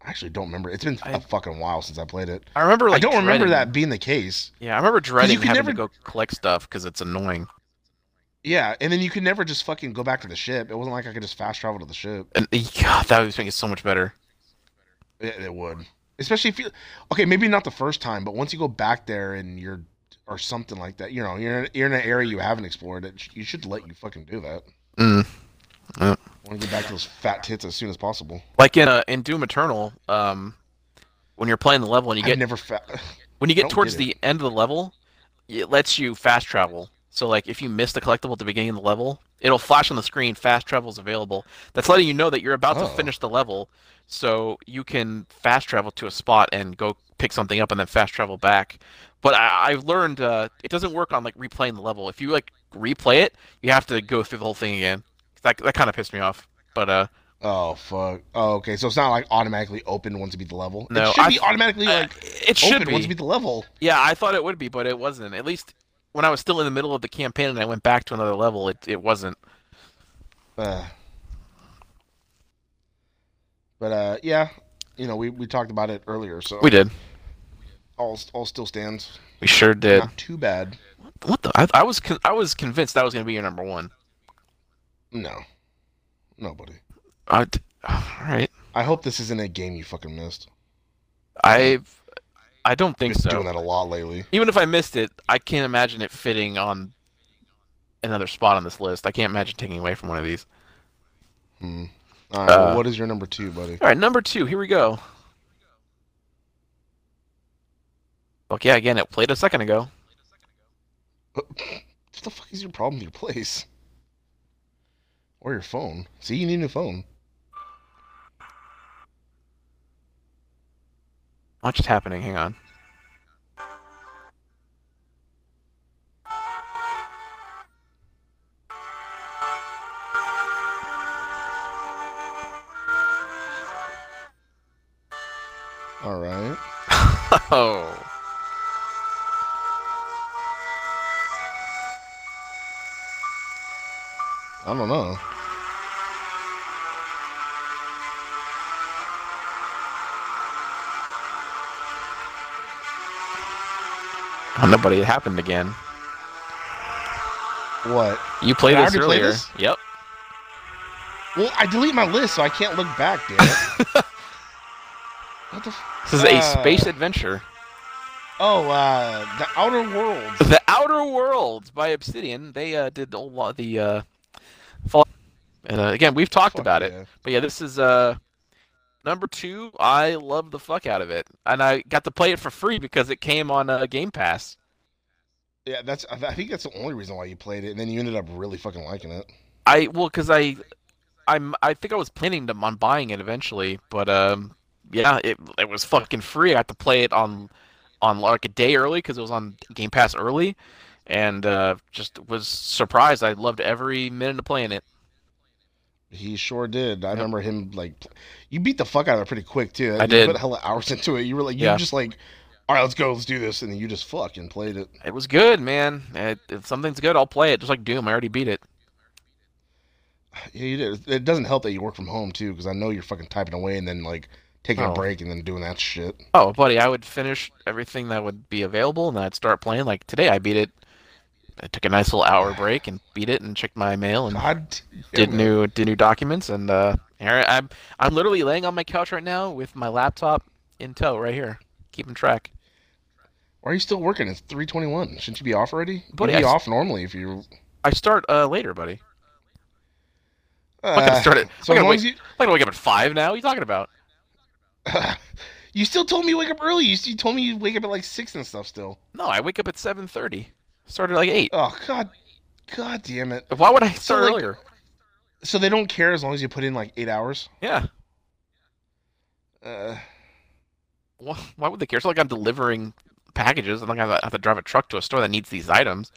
Speaker 3: I actually don't remember. It's been
Speaker 2: I-
Speaker 3: a fucking while since I played it.
Speaker 2: I remember. Like,
Speaker 3: I don't remember
Speaker 2: dreading-
Speaker 3: that being the case.
Speaker 2: Yeah, I remember dreading
Speaker 3: could
Speaker 2: having to
Speaker 3: never-
Speaker 2: go collect stuff because it's annoying.
Speaker 3: Yeah, and then you could never just fucking go back to the ship. It wasn't like I could just fast travel to the ship.
Speaker 2: And God, that would make it so much better.
Speaker 3: It, it would, especially if you. Okay, maybe not the first time, but once you go back there and you're or something like that, you know, you're in, you're in an area you haven't explored. It sh- you should let you fucking do that.
Speaker 2: Mm.
Speaker 3: I want to get back to those fat tits as soon as possible.
Speaker 2: Like in uh, in Doom Eternal, um, when you're playing the level and you
Speaker 3: I've
Speaker 2: get
Speaker 3: never fat.
Speaker 2: when you get
Speaker 3: don't
Speaker 2: towards
Speaker 3: get
Speaker 2: the end of the level, it lets you fast travel. So like if you miss the collectible at the beginning of the level, it'll flash on the screen fast travel is available. That's letting you know that you're about
Speaker 3: Oh.
Speaker 2: to finish the level, so you can fast travel to a spot and go pick something up and then fast travel back. But I, I've learned uh, it doesn't work on like replaying the level. If you like replay it, you have to go through the whole thing again. That that kind of pissed me off. But uh,
Speaker 3: Oh fuck. Oh, okay. So it's not like automatically open once you beat the level.
Speaker 2: No,
Speaker 3: it should
Speaker 2: I-
Speaker 3: be automatically like
Speaker 2: uh, it should
Speaker 3: open
Speaker 2: be.
Speaker 3: once you beat the level.
Speaker 2: Yeah, I thought it would be, but it wasn't. At least when I was still in the middle of the campaign and I went back to another level, it, it wasn't.
Speaker 3: Uh, but uh, yeah, you know, we, we talked about it earlier, so
Speaker 2: We did.
Speaker 3: all all still stands.
Speaker 2: We sure did.
Speaker 3: Not too bad.
Speaker 2: What the? I, I was con- I was convinced that was gonna be your number one.
Speaker 3: No, nobody.
Speaker 2: I d- all right.
Speaker 3: I hope this isn't a game you fucking missed.
Speaker 2: I I don't think
Speaker 3: Been doing
Speaker 2: so.
Speaker 3: that a lot lately.
Speaker 2: Even if I missed it, I can't imagine it fitting on another spot on this list. I can't imagine taking away from one of these.
Speaker 3: Hmm. All right, well,
Speaker 2: Uh,
Speaker 3: what is your number two, buddy?
Speaker 2: All right, number two. Here we go. Fuck yeah! Again, it played a second ago.
Speaker 3: What the fuck is your problem with your place? Or your phone? See, you need a phone.
Speaker 2: What's just happening? Hang on.
Speaker 3: All right.
Speaker 2: Oh.
Speaker 3: I don't know.
Speaker 2: Oh, nobody. It happened again.
Speaker 3: What?
Speaker 2: You played
Speaker 3: Did I
Speaker 2: this
Speaker 3: already play
Speaker 2: earlier.
Speaker 3: this?
Speaker 2: Yep.
Speaker 3: Well, I delete my list, so I can't look back, damn it. what the? F-
Speaker 2: This is
Speaker 3: Uh,
Speaker 2: a space adventure.
Speaker 3: oh, uh, the Outer Worlds.
Speaker 2: The Outer Worlds by Obsidian. They uh, did the whole, the uh, fall. And uh, again, we've talked
Speaker 3: Fuck
Speaker 2: about
Speaker 3: yeah.
Speaker 2: it. But yeah, this is uh number two. I love the fuck out of it, and I got to play it for free because it came on uh, Game Pass.
Speaker 3: Yeah, that's. I I think that's the only reason why you played it, and then you ended up really fucking liking it.
Speaker 2: I well, because I, I'm I think I was planning to, on buying it eventually, but um, yeah, it it was fucking free. I had to play it on, on like a day early because it was on Game Pass early, and uh, just was surprised. I loved every minute of playing it.
Speaker 3: He sure did. I remember him like, pl- you beat the fuck out of it pretty quick too.
Speaker 2: I
Speaker 3: you
Speaker 2: did.
Speaker 3: Put hella hours into it. You were like, you
Speaker 2: Yeah.
Speaker 3: were just like, all right, let's go, let's do this, and then you just fucking played it.
Speaker 2: It was good, man. It, if something's good, I'll play it. Just like Doom, I already beat it.
Speaker 3: Yeah, you did. It doesn't help that you work from home too, because I know you're fucking typing away and then like taking
Speaker 2: Oh.
Speaker 3: a break and then doing that shit.
Speaker 2: Oh, buddy, I would finish everything that would be available, and then I'd start playing. Like today, I beat it. I took a nice little hour break and beat it, and checked my mail and.
Speaker 3: God,
Speaker 2: did
Speaker 3: damn it.
Speaker 2: new did new documents and uh here I'm I'm literally laying on my couch right now with my laptop in tow right here, keeping track.
Speaker 3: Why are you still working? It's three twenty one. Shouldn't you be off already?
Speaker 2: Buddy,
Speaker 3: You'd be
Speaker 2: I s-
Speaker 3: off normally if you.
Speaker 2: I start uh later, buddy.
Speaker 3: Uh,
Speaker 2: I started-
Speaker 3: So
Speaker 2: I
Speaker 3: as
Speaker 2: gotta
Speaker 3: long as you,
Speaker 2: I'm not gonna wake up at five now. What are you talking about?
Speaker 3: you still told me you wake up early. You, s- you told me you wake up at like six and stuff. Still.
Speaker 2: No, I wake up at seven thirty. Started at like eight.
Speaker 3: Oh God, God damn it.
Speaker 2: Why would I start
Speaker 3: Oh. like-
Speaker 2: earlier?
Speaker 3: So they don't care as long as you put in like eight hours.
Speaker 2: Yeah.
Speaker 3: Uh,
Speaker 2: Why, why would they care? It's not like I'm delivering packages. and like I have to drive a truck to a store that needs these items.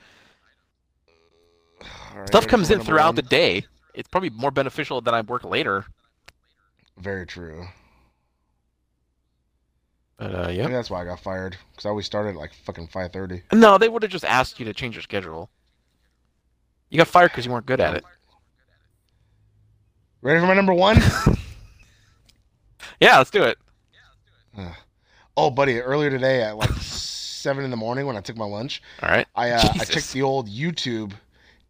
Speaker 3: all right,
Speaker 2: Stuff
Speaker 3: ready
Speaker 2: comes
Speaker 3: for
Speaker 2: in
Speaker 3: number
Speaker 2: throughout
Speaker 3: one?
Speaker 2: the day. It's probably more beneficial than I work later.
Speaker 3: Very true.
Speaker 2: But uh,
Speaker 3: Maybe
Speaker 2: yeah.
Speaker 3: that's why I got fired because I always started at like fucking five thirty.
Speaker 2: No, they would have just asked you to change your schedule. You got fired because you weren't good at it.
Speaker 3: Ready for my number one?
Speaker 2: Yeah, let's do it.
Speaker 3: Ugh. Oh, buddy, earlier today at like seven in the morning when I took my lunch,
Speaker 2: All right.
Speaker 3: I uh, I
Speaker 2: Jesus.
Speaker 3: checked the old YouTube,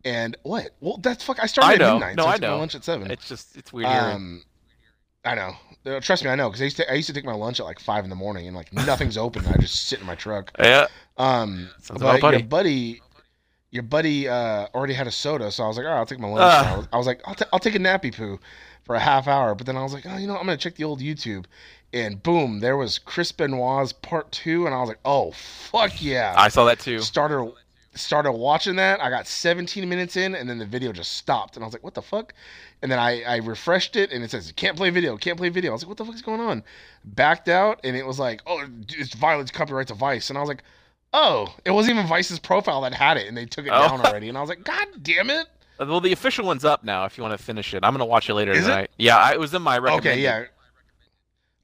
Speaker 3: and what? Well, that's fuck. I started
Speaker 2: I
Speaker 3: at
Speaker 2: know.
Speaker 3: midnight.
Speaker 2: No,
Speaker 3: so I,
Speaker 2: I
Speaker 3: took my
Speaker 2: know.
Speaker 3: lunch at seven.
Speaker 2: It's just it's weird. hearing.
Speaker 3: Um, I know. Uh, Trust me, I know because I used to I used to take my lunch at like five in the morning and like nothing's open. and I just sit in my truck.
Speaker 2: yeah.
Speaker 3: Um,
Speaker 2: Sounds
Speaker 3: but
Speaker 2: about
Speaker 3: your buddy, your buddy uh, already had a soda, so I was like, all right, I'll take my lunch.
Speaker 2: Ah.
Speaker 3: I, was, I was like, I'll, t- I'll take a nappy poo for a half hour, but then I was like, oh, you know, what? I'm gonna check the old YouTube, and boom, there was Chris Benoit's part two, and I was like, oh fuck yeah!
Speaker 2: I saw that too.
Speaker 3: started started watching that. I got 17 minutes in, and then the video just stopped, and I was like, "What the fuck?" And then I, I refreshed it, and it says, "Can't play video, can't play video." I was like, "What the fuck is going on?" Backed out, and it was like, "Oh, it's violates copyright to Vice," and I was like, "Oh, it wasn't even Vice's profile that had it, and they took it
Speaker 2: Oh.
Speaker 3: down already." And I was like, "God damn it!"
Speaker 2: Well, the official one's up now. If you want to finish it, I'm gonna watch it later
Speaker 3: Is it?
Speaker 2: tonight. Yeah, I, it was in my recommended.
Speaker 3: Okay, yeah.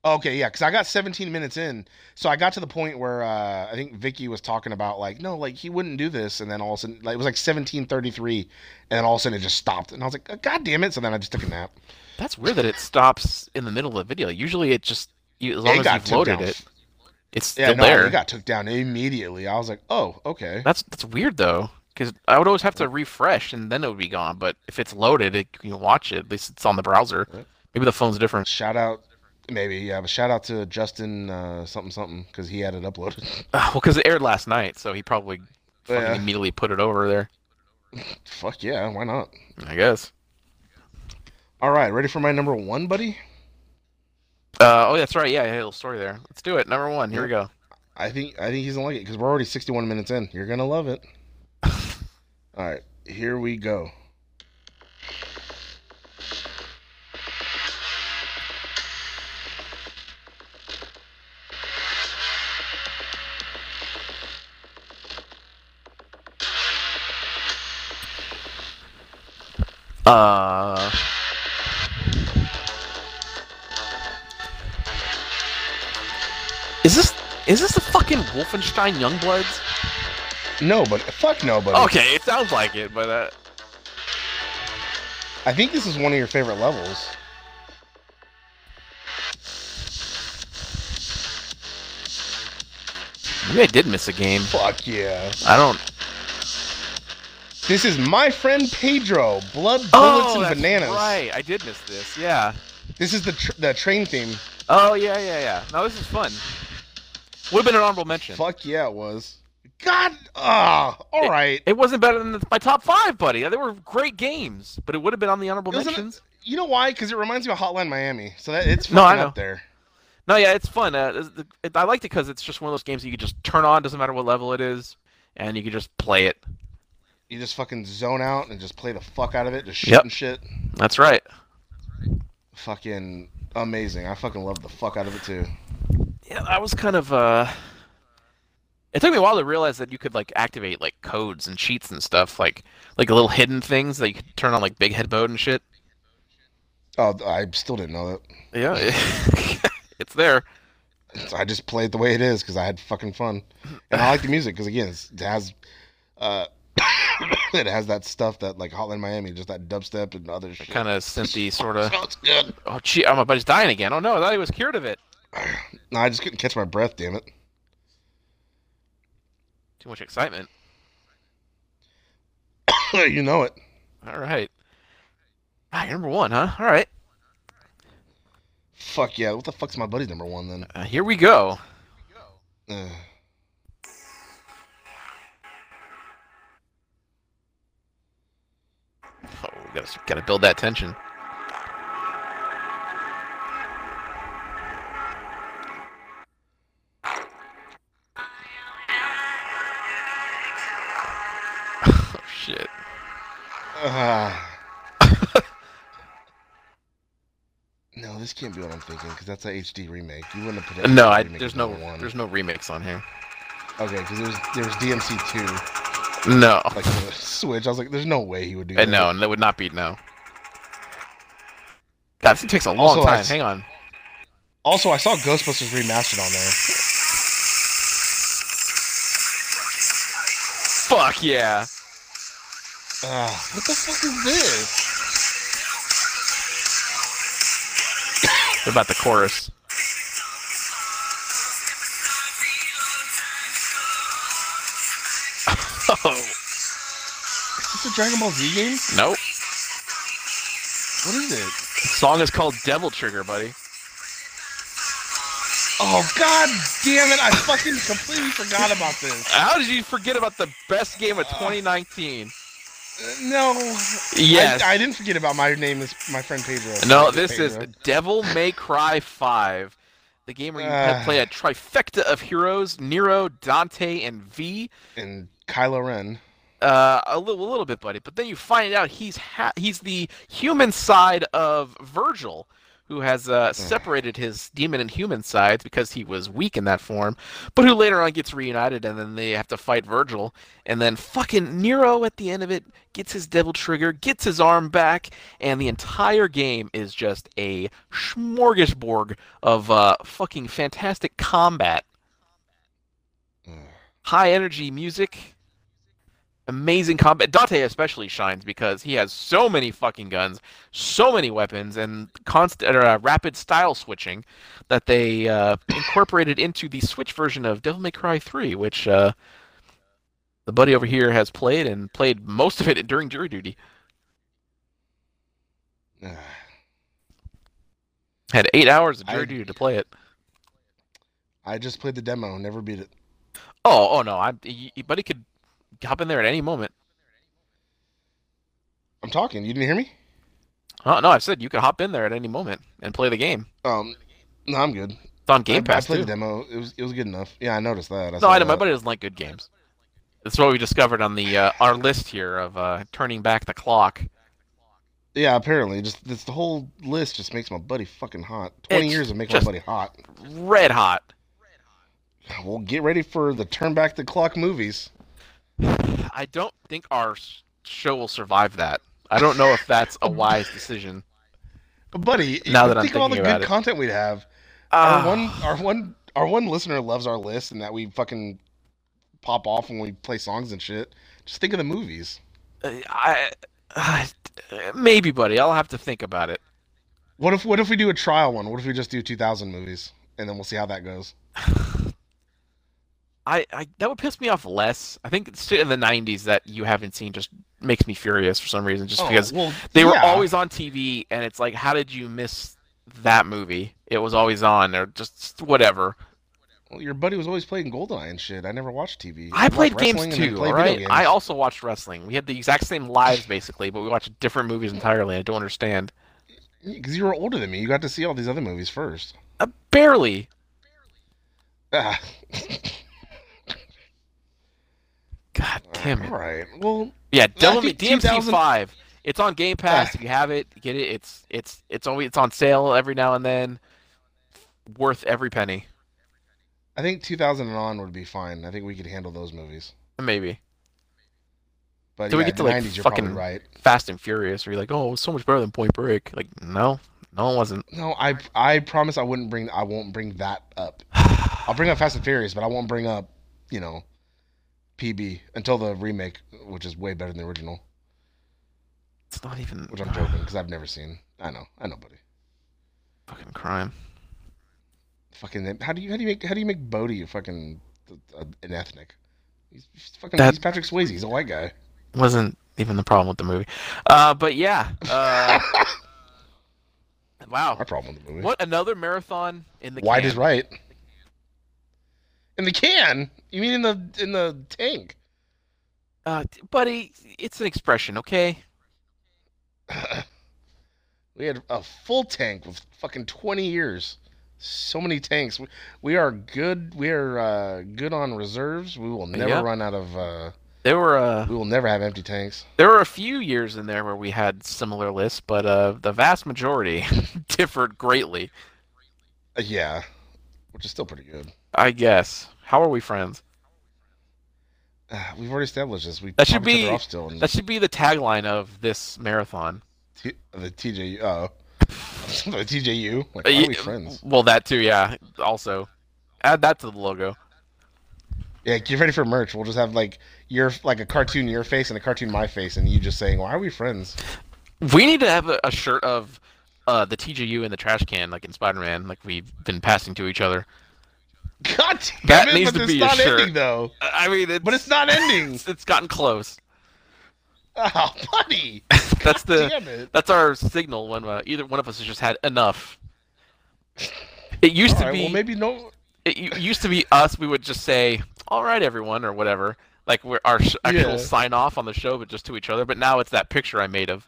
Speaker 3: Okay, yeah, because I got 17 minutes in, so I got to the point where uh, I think Vicky was talking about like, no, like he wouldn't do this, and then all of a sudden, like it was like 17:33, and then all of a sudden it just stopped, and I was like, God damn it! So then I just took a nap.
Speaker 2: That's weird that it stops in the middle of the video. Usually, it just you, as long
Speaker 3: it got
Speaker 2: as you
Speaker 3: took
Speaker 2: loaded
Speaker 3: down.
Speaker 2: it, it's still
Speaker 3: Yeah, no,
Speaker 2: there.
Speaker 3: it got took down immediately. I was like, oh, okay.
Speaker 2: That's that's weird though, because I would always have to refresh and then it would be gone. But if it's loaded, it, you can watch it. At least it's on the browser.
Speaker 3: Right.
Speaker 2: Maybe the phone's different.
Speaker 3: Shout out, maybe yeah, but shout out to Justin uh, something something because he had it uploaded.
Speaker 2: Uh, well, because it aired last night, so he probably fucking
Speaker 3: Yeah.
Speaker 2: immediately put it over there.
Speaker 3: Fuck yeah, why not?
Speaker 2: I guess.
Speaker 3: All right, ready for my number one, buddy?
Speaker 2: Uh, oh, that's right. Yeah, I had a little story there. Let's do it. Number one. Here we go.
Speaker 3: I think I think he's gonna like it because we're already 61 minutes in. You're gonna love it. All right, here we go.
Speaker 2: Uh. Is this is this the fucking Wolfenstein Youngbloods?
Speaker 3: No, but fuck no, buddy.
Speaker 2: Okay, it sounds like it, but uh,
Speaker 3: I think this is one of your favorite levels.
Speaker 2: maybe I did miss a game.
Speaker 3: Fuck yeah.
Speaker 2: I don't.
Speaker 3: This is my friend Pedro. Blood, bullets,
Speaker 2: Oh,
Speaker 3: and
Speaker 2: that's
Speaker 3: bananas.
Speaker 2: right. I did miss this. Yeah.
Speaker 3: This is the tr- the train theme.
Speaker 2: Oh yeah, yeah, yeah. No, this is fun. Would have been an honorable mention.
Speaker 3: Fuck yeah, it was. God. Ah. all
Speaker 2: It-
Speaker 3: right.
Speaker 2: It wasn't better than my top five, buddy. They were great games, but it would have been on the honorable
Speaker 3: It was an-
Speaker 2: mentions.
Speaker 3: you know why? Because it reminds me of Hotline Miami. So that it's
Speaker 2: No, I
Speaker 3: fucking
Speaker 2: know.
Speaker 3: up there.
Speaker 2: No, yeah, it's fun. Uh, this- the- it, I liked it because it's just one of those games that you could just turn on, doesn't matter what level it is, and you could just play it.
Speaker 3: You just fucking zone out and just play the fuck out of it, just
Speaker 2: Yep.
Speaker 3: shooting shit.
Speaker 2: That's right.
Speaker 3: fucking amazing. I fucking love the fuck out of it too.
Speaker 2: Yeah, I was kind of. uh It took me a while to realize that you could like activate like codes and cheats and stuff, like like little hidden things that you could turn on, like big head mode and shit.
Speaker 3: Oh, I still didn't know
Speaker 2: Yeah, it's there.
Speaker 3: that. I just played the way it is because I had fucking fun, and I like the music because again, it's, it has, uh, it has that stuff that like Hotline Miami, just that dubstep and other shit.
Speaker 2: Kind of synthy, sort of.
Speaker 3: Sounds good.
Speaker 2: Oh, gee, oh, my buddy's dying again. Oh no, I thought he was cured of it.
Speaker 3: No, I just couldn't catch my breath. Damn it.
Speaker 2: Too much excitement.
Speaker 3: you know it.
Speaker 2: All right. Ah, you're number one, huh? All right.
Speaker 3: Fuck yeah. What the fuck's my buddy's number one then?
Speaker 2: Uh, here we go.
Speaker 3: Ugh.
Speaker 2: Oh, we gotta gotta build that tension. oh shit!
Speaker 3: Ah. no, this can't be what I'm thinking because that's a HD remake. You wouldn't have put it.
Speaker 2: No, I,
Speaker 3: remake
Speaker 2: there's
Speaker 3: as
Speaker 2: no
Speaker 3: number one.
Speaker 2: there's no remix on here.
Speaker 3: Okay, because there was there was DMC two
Speaker 2: No,
Speaker 3: like for the Switch. I was like, there's no way he would do
Speaker 2: Uh,
Speaker 3: that.
Speaker 2: no, that would not be no. God, this takes a long
Speaker 3: Also, I
Speaker 2: time.
Speaker 3: s-
Speaker 2: Hang on.
Speaker 3: Also, I saw Ghostbusters remastered on there.
Speaker 2: Fuck yeah!
Speaker 3: Uh, what the fuck is this?
Speaker 2: What about the chorus?
Speaker 3: Dragon Ball Z game?
Speaker 2: Nope.
Speaker 3: What is it?
Speaker 2: Song is called Devil Trigger, buddy.
Speaker 3: Oh god damn it! I fucking completely forgot about this.
Speaker 2: How did you forget about the best game of 2019?
Speaker 3: Uh, No.
Speaker 2: Yes.
Speaker 3: I, I didn't forget about my name is my friend Pedro.
Speaker 2: no,
Speaker 3: Thank you,
Speaker 2: this is
Speaker 3: Pedro.
Speaker 2: Devil May Cry 5, the game where you
Speaker 3: Ah.
Speaker 2: play a trifecta of heroes: Nero, Dante, and V.
Speaker 3: and Kylo Ren.
Speaker 2: Uh, a little, a little bit, buddy. But then you find out he's ha- he's the human side of Virgil, who has uh, separated his demon and human sides because he was weak in that form, but who later on gets reunited, and then they have to fight Virgil, and then fucking Nero at the end of it gets his devil trigger, gets his arm back, and the entire game is just a smorgasbord of uh, fucking fantastic combat high energy music, amazing combat. Dante especially shines because he has so many fucking guns, so many weapons, and constant or, uh, rapid style switching that they uh, incorporated into the Switch version of Devil May Cry 3, which uh, the buddy over here has played and played most of it during jury duty.
Speaker 3: Ugh.
Speaker 2: Had eight hours of
Speaker 3: I-
Speaker 2: jury duty to play it.
Speaker 3: I just played the demo, never beat it.
Speaker 2: Oh, oh no, I, y- y- buddy could hop in there at any moment.
Speaker 3: I'm talking. You didn't hear me?
Speaker 2: Oh no, I said you could hop in there at any moment and play the game.
Speaker 3: Um, no, I'm good.
Speaker 2: It's on Game
Speaker 3: I-
Speaker 2: Pass
Speaker 3: I, played
Speaker 2: too.
Speaker 3: the demo. It was it was good enough. Yeah, I noticed that. I
Speaker 2: No,
Speaker 3: saw
Speaker 2: I know my
Speaker 3: that.
Speaker 2: buddy doesn't like good games. That's what we discovered on the uh, our list here of uh, turning back the clock.
Speaker 3: Yeah, apparently, just this the whole list just makes my buddy fucking hot. Twenty
Speaker 2: It's
Speaker 3: years of making
Speaker 2: just-
Speaker 3: my buddy hot.
Speaker 2: Red hot.
Speaker 3: Well, get ready for the turn back the clock movies.
Speaker 2: I don't think our s- show will survive that. I don't know if that's a wise decision.
Speaker 3: But buddy, you
Speaker 2: Now that I'm
Speaker 3: think of all the
Speaker 2: thinking
Speaker 3: good
Speaker 2: about it.
Speaker 3: content we'd have.
Speaker 2: Ah,
Speaker 3: our one, our one, our one listener loves our list, and that we fucking pop off when we play songs and shit. Just think of the movies.
Speaker 2: Uh, I, I- maybe, buddy. I'll have to think about it.
Speaker 3: What if what if we do a trial one? What if we just do two thousand movies, and then we'll see how that goes.
Speaker 2: I, I that would piss me off less. I think shit in the '90s that you haven't seen just makes me furious for some reason. Just because
Speaker 3: Oh, well,
Speaker 2: they were
Speaker 3: yeah.
Speaker 2: always on TV, and it's like, how did you miss that movie? It was always on, or just whatever.
Speaker 3: Well, your buddy was always playing Goldeneye and shit. I never watched TV.
Speaker 2: I
Speaker 3: watched
Speaker 2: played games
Speaker 3: wrestling and then
Speaker 2: too,
Speaker 3: played
Speaker 2: all
Speaker 3: video
Speaker 2: right?
Speaker 3: games.
Speaker 2: I also watched wrestling. We had the exact same lives basically, but we watched different movies entirely. I don't understand.
Speaker 3: Because you were older than me, you got to see all these other movies first.
Speaker 2: Uh, barely.
Speaker 3: Ah.
Speaker 2: God damn it.
Speaker 3: All right. Well,
Speaker 2: Yeah, Devil May
Speaker 3: think
Speaker 2: DMC
Speaker 3: 2000
Speaker 2: five. It's on
Speaker 3: Ah.
Speaker 2: Game Pass. If you have it, get it. It's it's it's always it's on sale every now and then. Worth every penny,
Speaker 3: I think 2000 and on would be fine. I think we could handle those movies.
Speaker 2: maybe.
Speaker 3: But
Speaker 2: Till we
Speaker 3: yeah,
Speaker 2: get to,
Speaker 3: the
Speaker 2: like,
Speaker 3: 90s, you're
Speaker 2: fucking-
Speaker 3: probably right.
Speaker 2: Fast and Furious, where you're like, oh, it was so much better than Point Break. Like, no, no, it wasn't.
Speaker 3: No, I I promise I wouldn't bring I won't bring that up. I'll bring up Fast and Furious, but I won't bring up you know PB until the remake, which is way better than the original,
Speaker 2: It's not even
Speaker 3: which I'm joking because I've never seen. I know, I know, buddy.
Speaker 2: fucking crime.
Speaker 3: Fucking how do you how do you make how do you make Bodie a fucking uh, an ethnic? He's, he's fucking
Speaker 2: That-
Speaker 3: he's Patrick Swayze. He's a white guy.
Speaker 2: Wasn't even the problem with the movie. Uh, but yeah. Uh, wow.
Speaker 3: My problem with the movie.
Speaker 2: What another marathon in the
Speaker 3: Wide
Speaker 2: can.
Speaker 3: is right. In the can? You mean in the in the tank?
Speaker 2: Uh, t- buddy, it's an expression, okay?
Speaker 3: We had a full tank with fucking 20 years. So many tanks. We- We are good. We are uh, good on reserves. We will never
Speaker 2: Yep.
Speaker 3: run out of. Uh,
Speaker 2: There were uh,
Speaker 3: we will never have empty tanks.
Speaker 2: There were a few years in there where we had similar lists, but uh, the vast majority differed greatly,
Speaker 3: Uh, yeah, which is still pretty good.
Speaker 2: I guess. How are we friends?
Speaker 3: Uh, we've already established this. We
Speaker 2: That should
Speaker 3: pop each other
Speaker 2: be-
Speaker 3: off still. And
Speaker 2: That should be the tagline of this marathon.
Speaker 3: t- the TJ. Uh, the TJU. Like, why
Speaker 2: Uh, y-
Speaker 3: are we friends?
Speaker 2: Well, that too, yeah. Also, add that to the logo.
Speaker 3: Yeah, get ready for merch. We'll just have like your like a cartoon your face and a cartoon my face, and you just saying, "Why are we friends?"
Speaker 2: We need to have a, a shirt of uh, the TGU in the trash can, like in Spider-Man, like we've been passing to each other.
Speaker 3: God damn
Speaker 2: That
Speaker 3: it,
Speaker 2: needs
Speaker 3: but
Speaker 2: to
Speaker 3: it's
Speaker 2: be your
Speaker 3: not
Speaker 2: shirt.
Speaker 3: ending though.
Speaker 2: I I mean, it's,
Speaker 3: But it's not ending.
Speaker 2: it's, it's gotten close.
Speaker 3: Oh, buddy.
Speaker 2: That's the
Speaker 3: Damn it.
Speaker 2: that's our signal when uh, either one of us has just had enough. It used
Speaker 3: All
Speaker 2: to
Speaker 3: right,
Speaker 2: be
Speaker 3: well, maybe no.
Speaker 2: it u- used to be us. We would just say, "All right, everyone," or whatever, like we're our sh-
Speaker 3: Yeah.
Speaker 2: actual sign off on the show, but just to each other. But now it's that picture I made of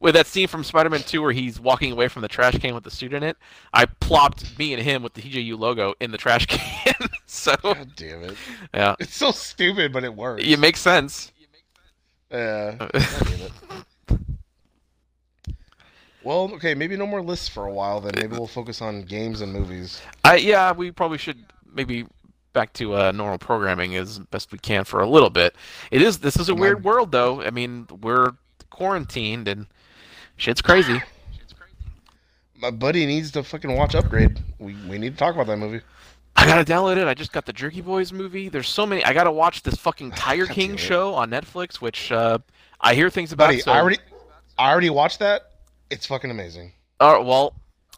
Speaker 2: with that scene from Spider-Man Two where he's walking away from the trash can with the suit in it. I plopped me and him with the TJU logo in the trash can. so
Speaker 3: God damn it.
Speaker 2: yeah,
Speaker 3: It's so stupid, but it works.
Speaker 2: it makes sense.
Speaker 3: Yeah. God damn it. Well, okay, maybe no more lists for a while then. Maybe we'll focus on games and movies.
Speaker 2: I yeah, we probably should maybe back to uh, normal programming as best we can for a little bit. It is this is a
Speaker 3: My-
Speaker 2: weird world though. I mean, we're quarantined and shit's crazy.
Speaker 3: My buddy needs to fucking watch Upgrade. We, we need to talk about that movie.
Speaker 2: I gotta download it. I just got the Jerky Boys movie. There's so many. I gotta watch this fucking Tiger
Speaker 3: God
Speaker 2: King
Speaker 3: damn it.
Speaker 2: show on Netflix, which uh, I hear things about.
Speaker 3: Buddy,
Speaker 2: so-
Speaker 3: I already I already watched that. It's fucking amazing.
Speaker 2: Uh, well,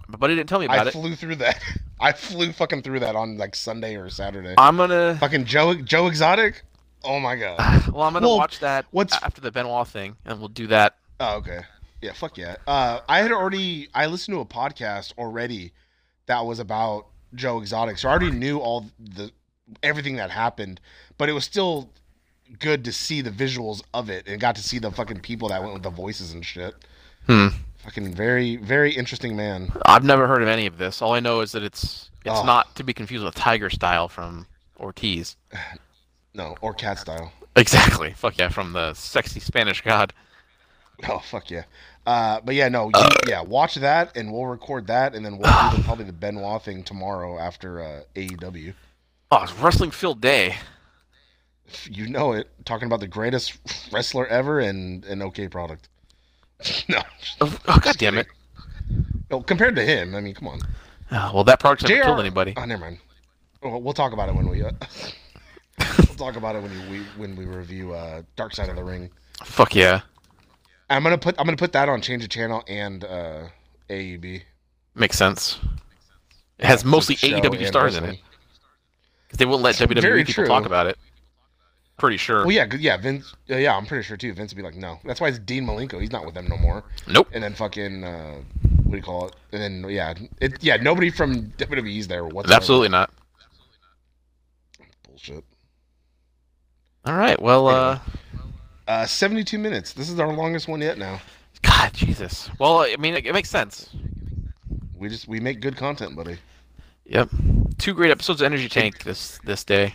Speaker 2: my buddy didn't tell me about
Speaker 3: I
Speaker 2: it.
Speaker 3: flew through that. I flew fucking through that on like Sunday or Saturday.
Speaker 2: I'm gonna.
Speaker 3: fucking Joe Joe Exotic? Oh my god.
Speaker 2: Well, I'm gonna
Speaker 3: Well,
Speaker 2: watch that
Speaker 3: what's-
Speaker 2: after the Benoit thing, and we'll do that.
Speaker 3: Oh, okay. Yeah, fuck yeah. Uh, I had already I listened to a podcast already that was about Joe Exotic, so I already knew all the everything that happened, but it was still good to see the visuals of it and got to see the fucking people that went with the voices and shit.
Speaker 2: Hmm.
Speaker 3: Fucking very very interesting man.
Speaker 2: I've never heard of any of this. All I know is that it's it's
Speaker 3: Oh.
Speaker 2: not to be confused with Tiger Style from Ortiz.
Speaker 3: No, or cat style.
Speaker 2: Exactly. Fuck yeah, from the sexy Spanish god.
Speaker 3: Oh fuck yeah. Uh, but yeah, no, you, yeah, watch that and we'll record that and then we'll do the, probably the Benoit thing tomorrow after uh, AEW.
Speaker 2: Oh, it's wrestling filled day.
Speaker 3: you know it talking about the greatest wrestler ever and an okay product no
Speaker 2: Oh, oh god damn it.
Speaker 3: no compared to him i mean come on
Speaker 2: Oh, well, that product's never
Speaker 3: JR
Speaker 2: killed anybody.
Speaker 3: oh never mind Oh, we'll talk about it when we uh, we'll talk about it when you- we when we review uh dark side of the ring
Speaker 2: Fuck yeah.
Speaker 3: i'm gonna put i'm gonna put that on change of channel and uh aeb
Speaker 2: Makes sense. It has mostly
Speaker 3: Show
Speaker 2: AEW
Speaker 3: and
Speaker 2: stars in it.
Speaker 3: wrestling.
Speaker 2: 'Cause They won't let WWE
Speaker 3: Very
Speaker 2: people
Speaker 3: true.
Speaker 2: talk about it. Pretty sure.
Speaker 3: well yeah good- yeah vince yeah, yeah i'm pretty sure too vince would be like no that's why it's dean malenko he's not with them no more
Speaker 2: nope.
Speaker 3: and then fucking uh, what do you call it? And then yeah, it, yeah, nobody from WWE's there whatsoever.
Speaker 2: Absolutely not.
Speaker 3: bullshit.
Speaker 2: All right. Well, uh,
Speaker 3: Uh, seventy-two minutes. This is our longest one yet. Now
Speaker 2: God, Jesus. Well, I mean, it, it makes sense.
Speaker 3: we just we make good content, buddy.
Speaker 2: Yep. Two great episodes of Energy Tank this this day.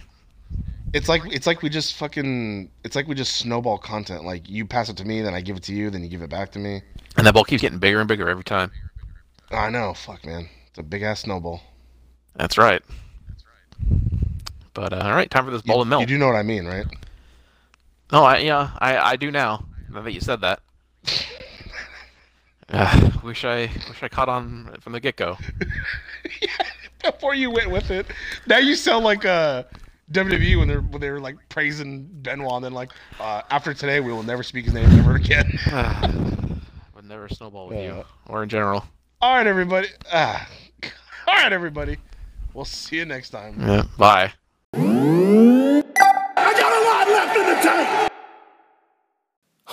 Speaker 3: It's like it's like we just fucking it's like we just snowball content. Like you pass it to me, then I give it to you, then you give it back to me.
Speaker 2: And that ball keeps getting bigger and bigger every time.
Speaker 3: I know. Fuck, man, it's a big ass snowball.
Speaker 2: That's right. But uh, all right, time for this
Speaker 3: You,
Speaker 2: ball to
Speaker 3: you
Speaker 2: melt.
Speaker 3: do know what I mean, right?
Speaker 2: Oh, I, yeah, I, I do now. Now that you said that. Uh, wish I wish I caught on from the get go.
Speaker 3: Before you went with it, now you sound like uh WWE when they're when they were like praising Benoit, and then like uh, after today we will never speak his name ever again.
Speaker 2: would never snowball with
Speaker 3: Yeah.
Speaker 2: you or in general.
Speaker 3: All right, everybody. Ah. All right, everybody. We'll see you next time.
Speaker 2: Yeah. Bye.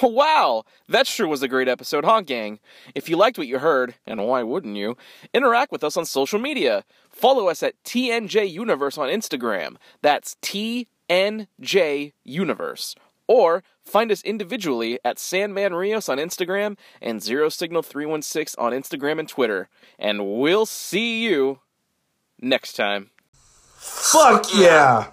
Speaker 4: Wow, that sure was a great episode, huh, gang? If you liked what you heard, and why wouldn't you, interact with us on social media. Follow us at TNJ Universe on Instagram. That's TNJ Universe. Or find us individually at Sandman Rios on Instagram and Zero Signal 316 on Instagram and Twitter. And we'll see you next time.
Speaker 5: Fuck yeah!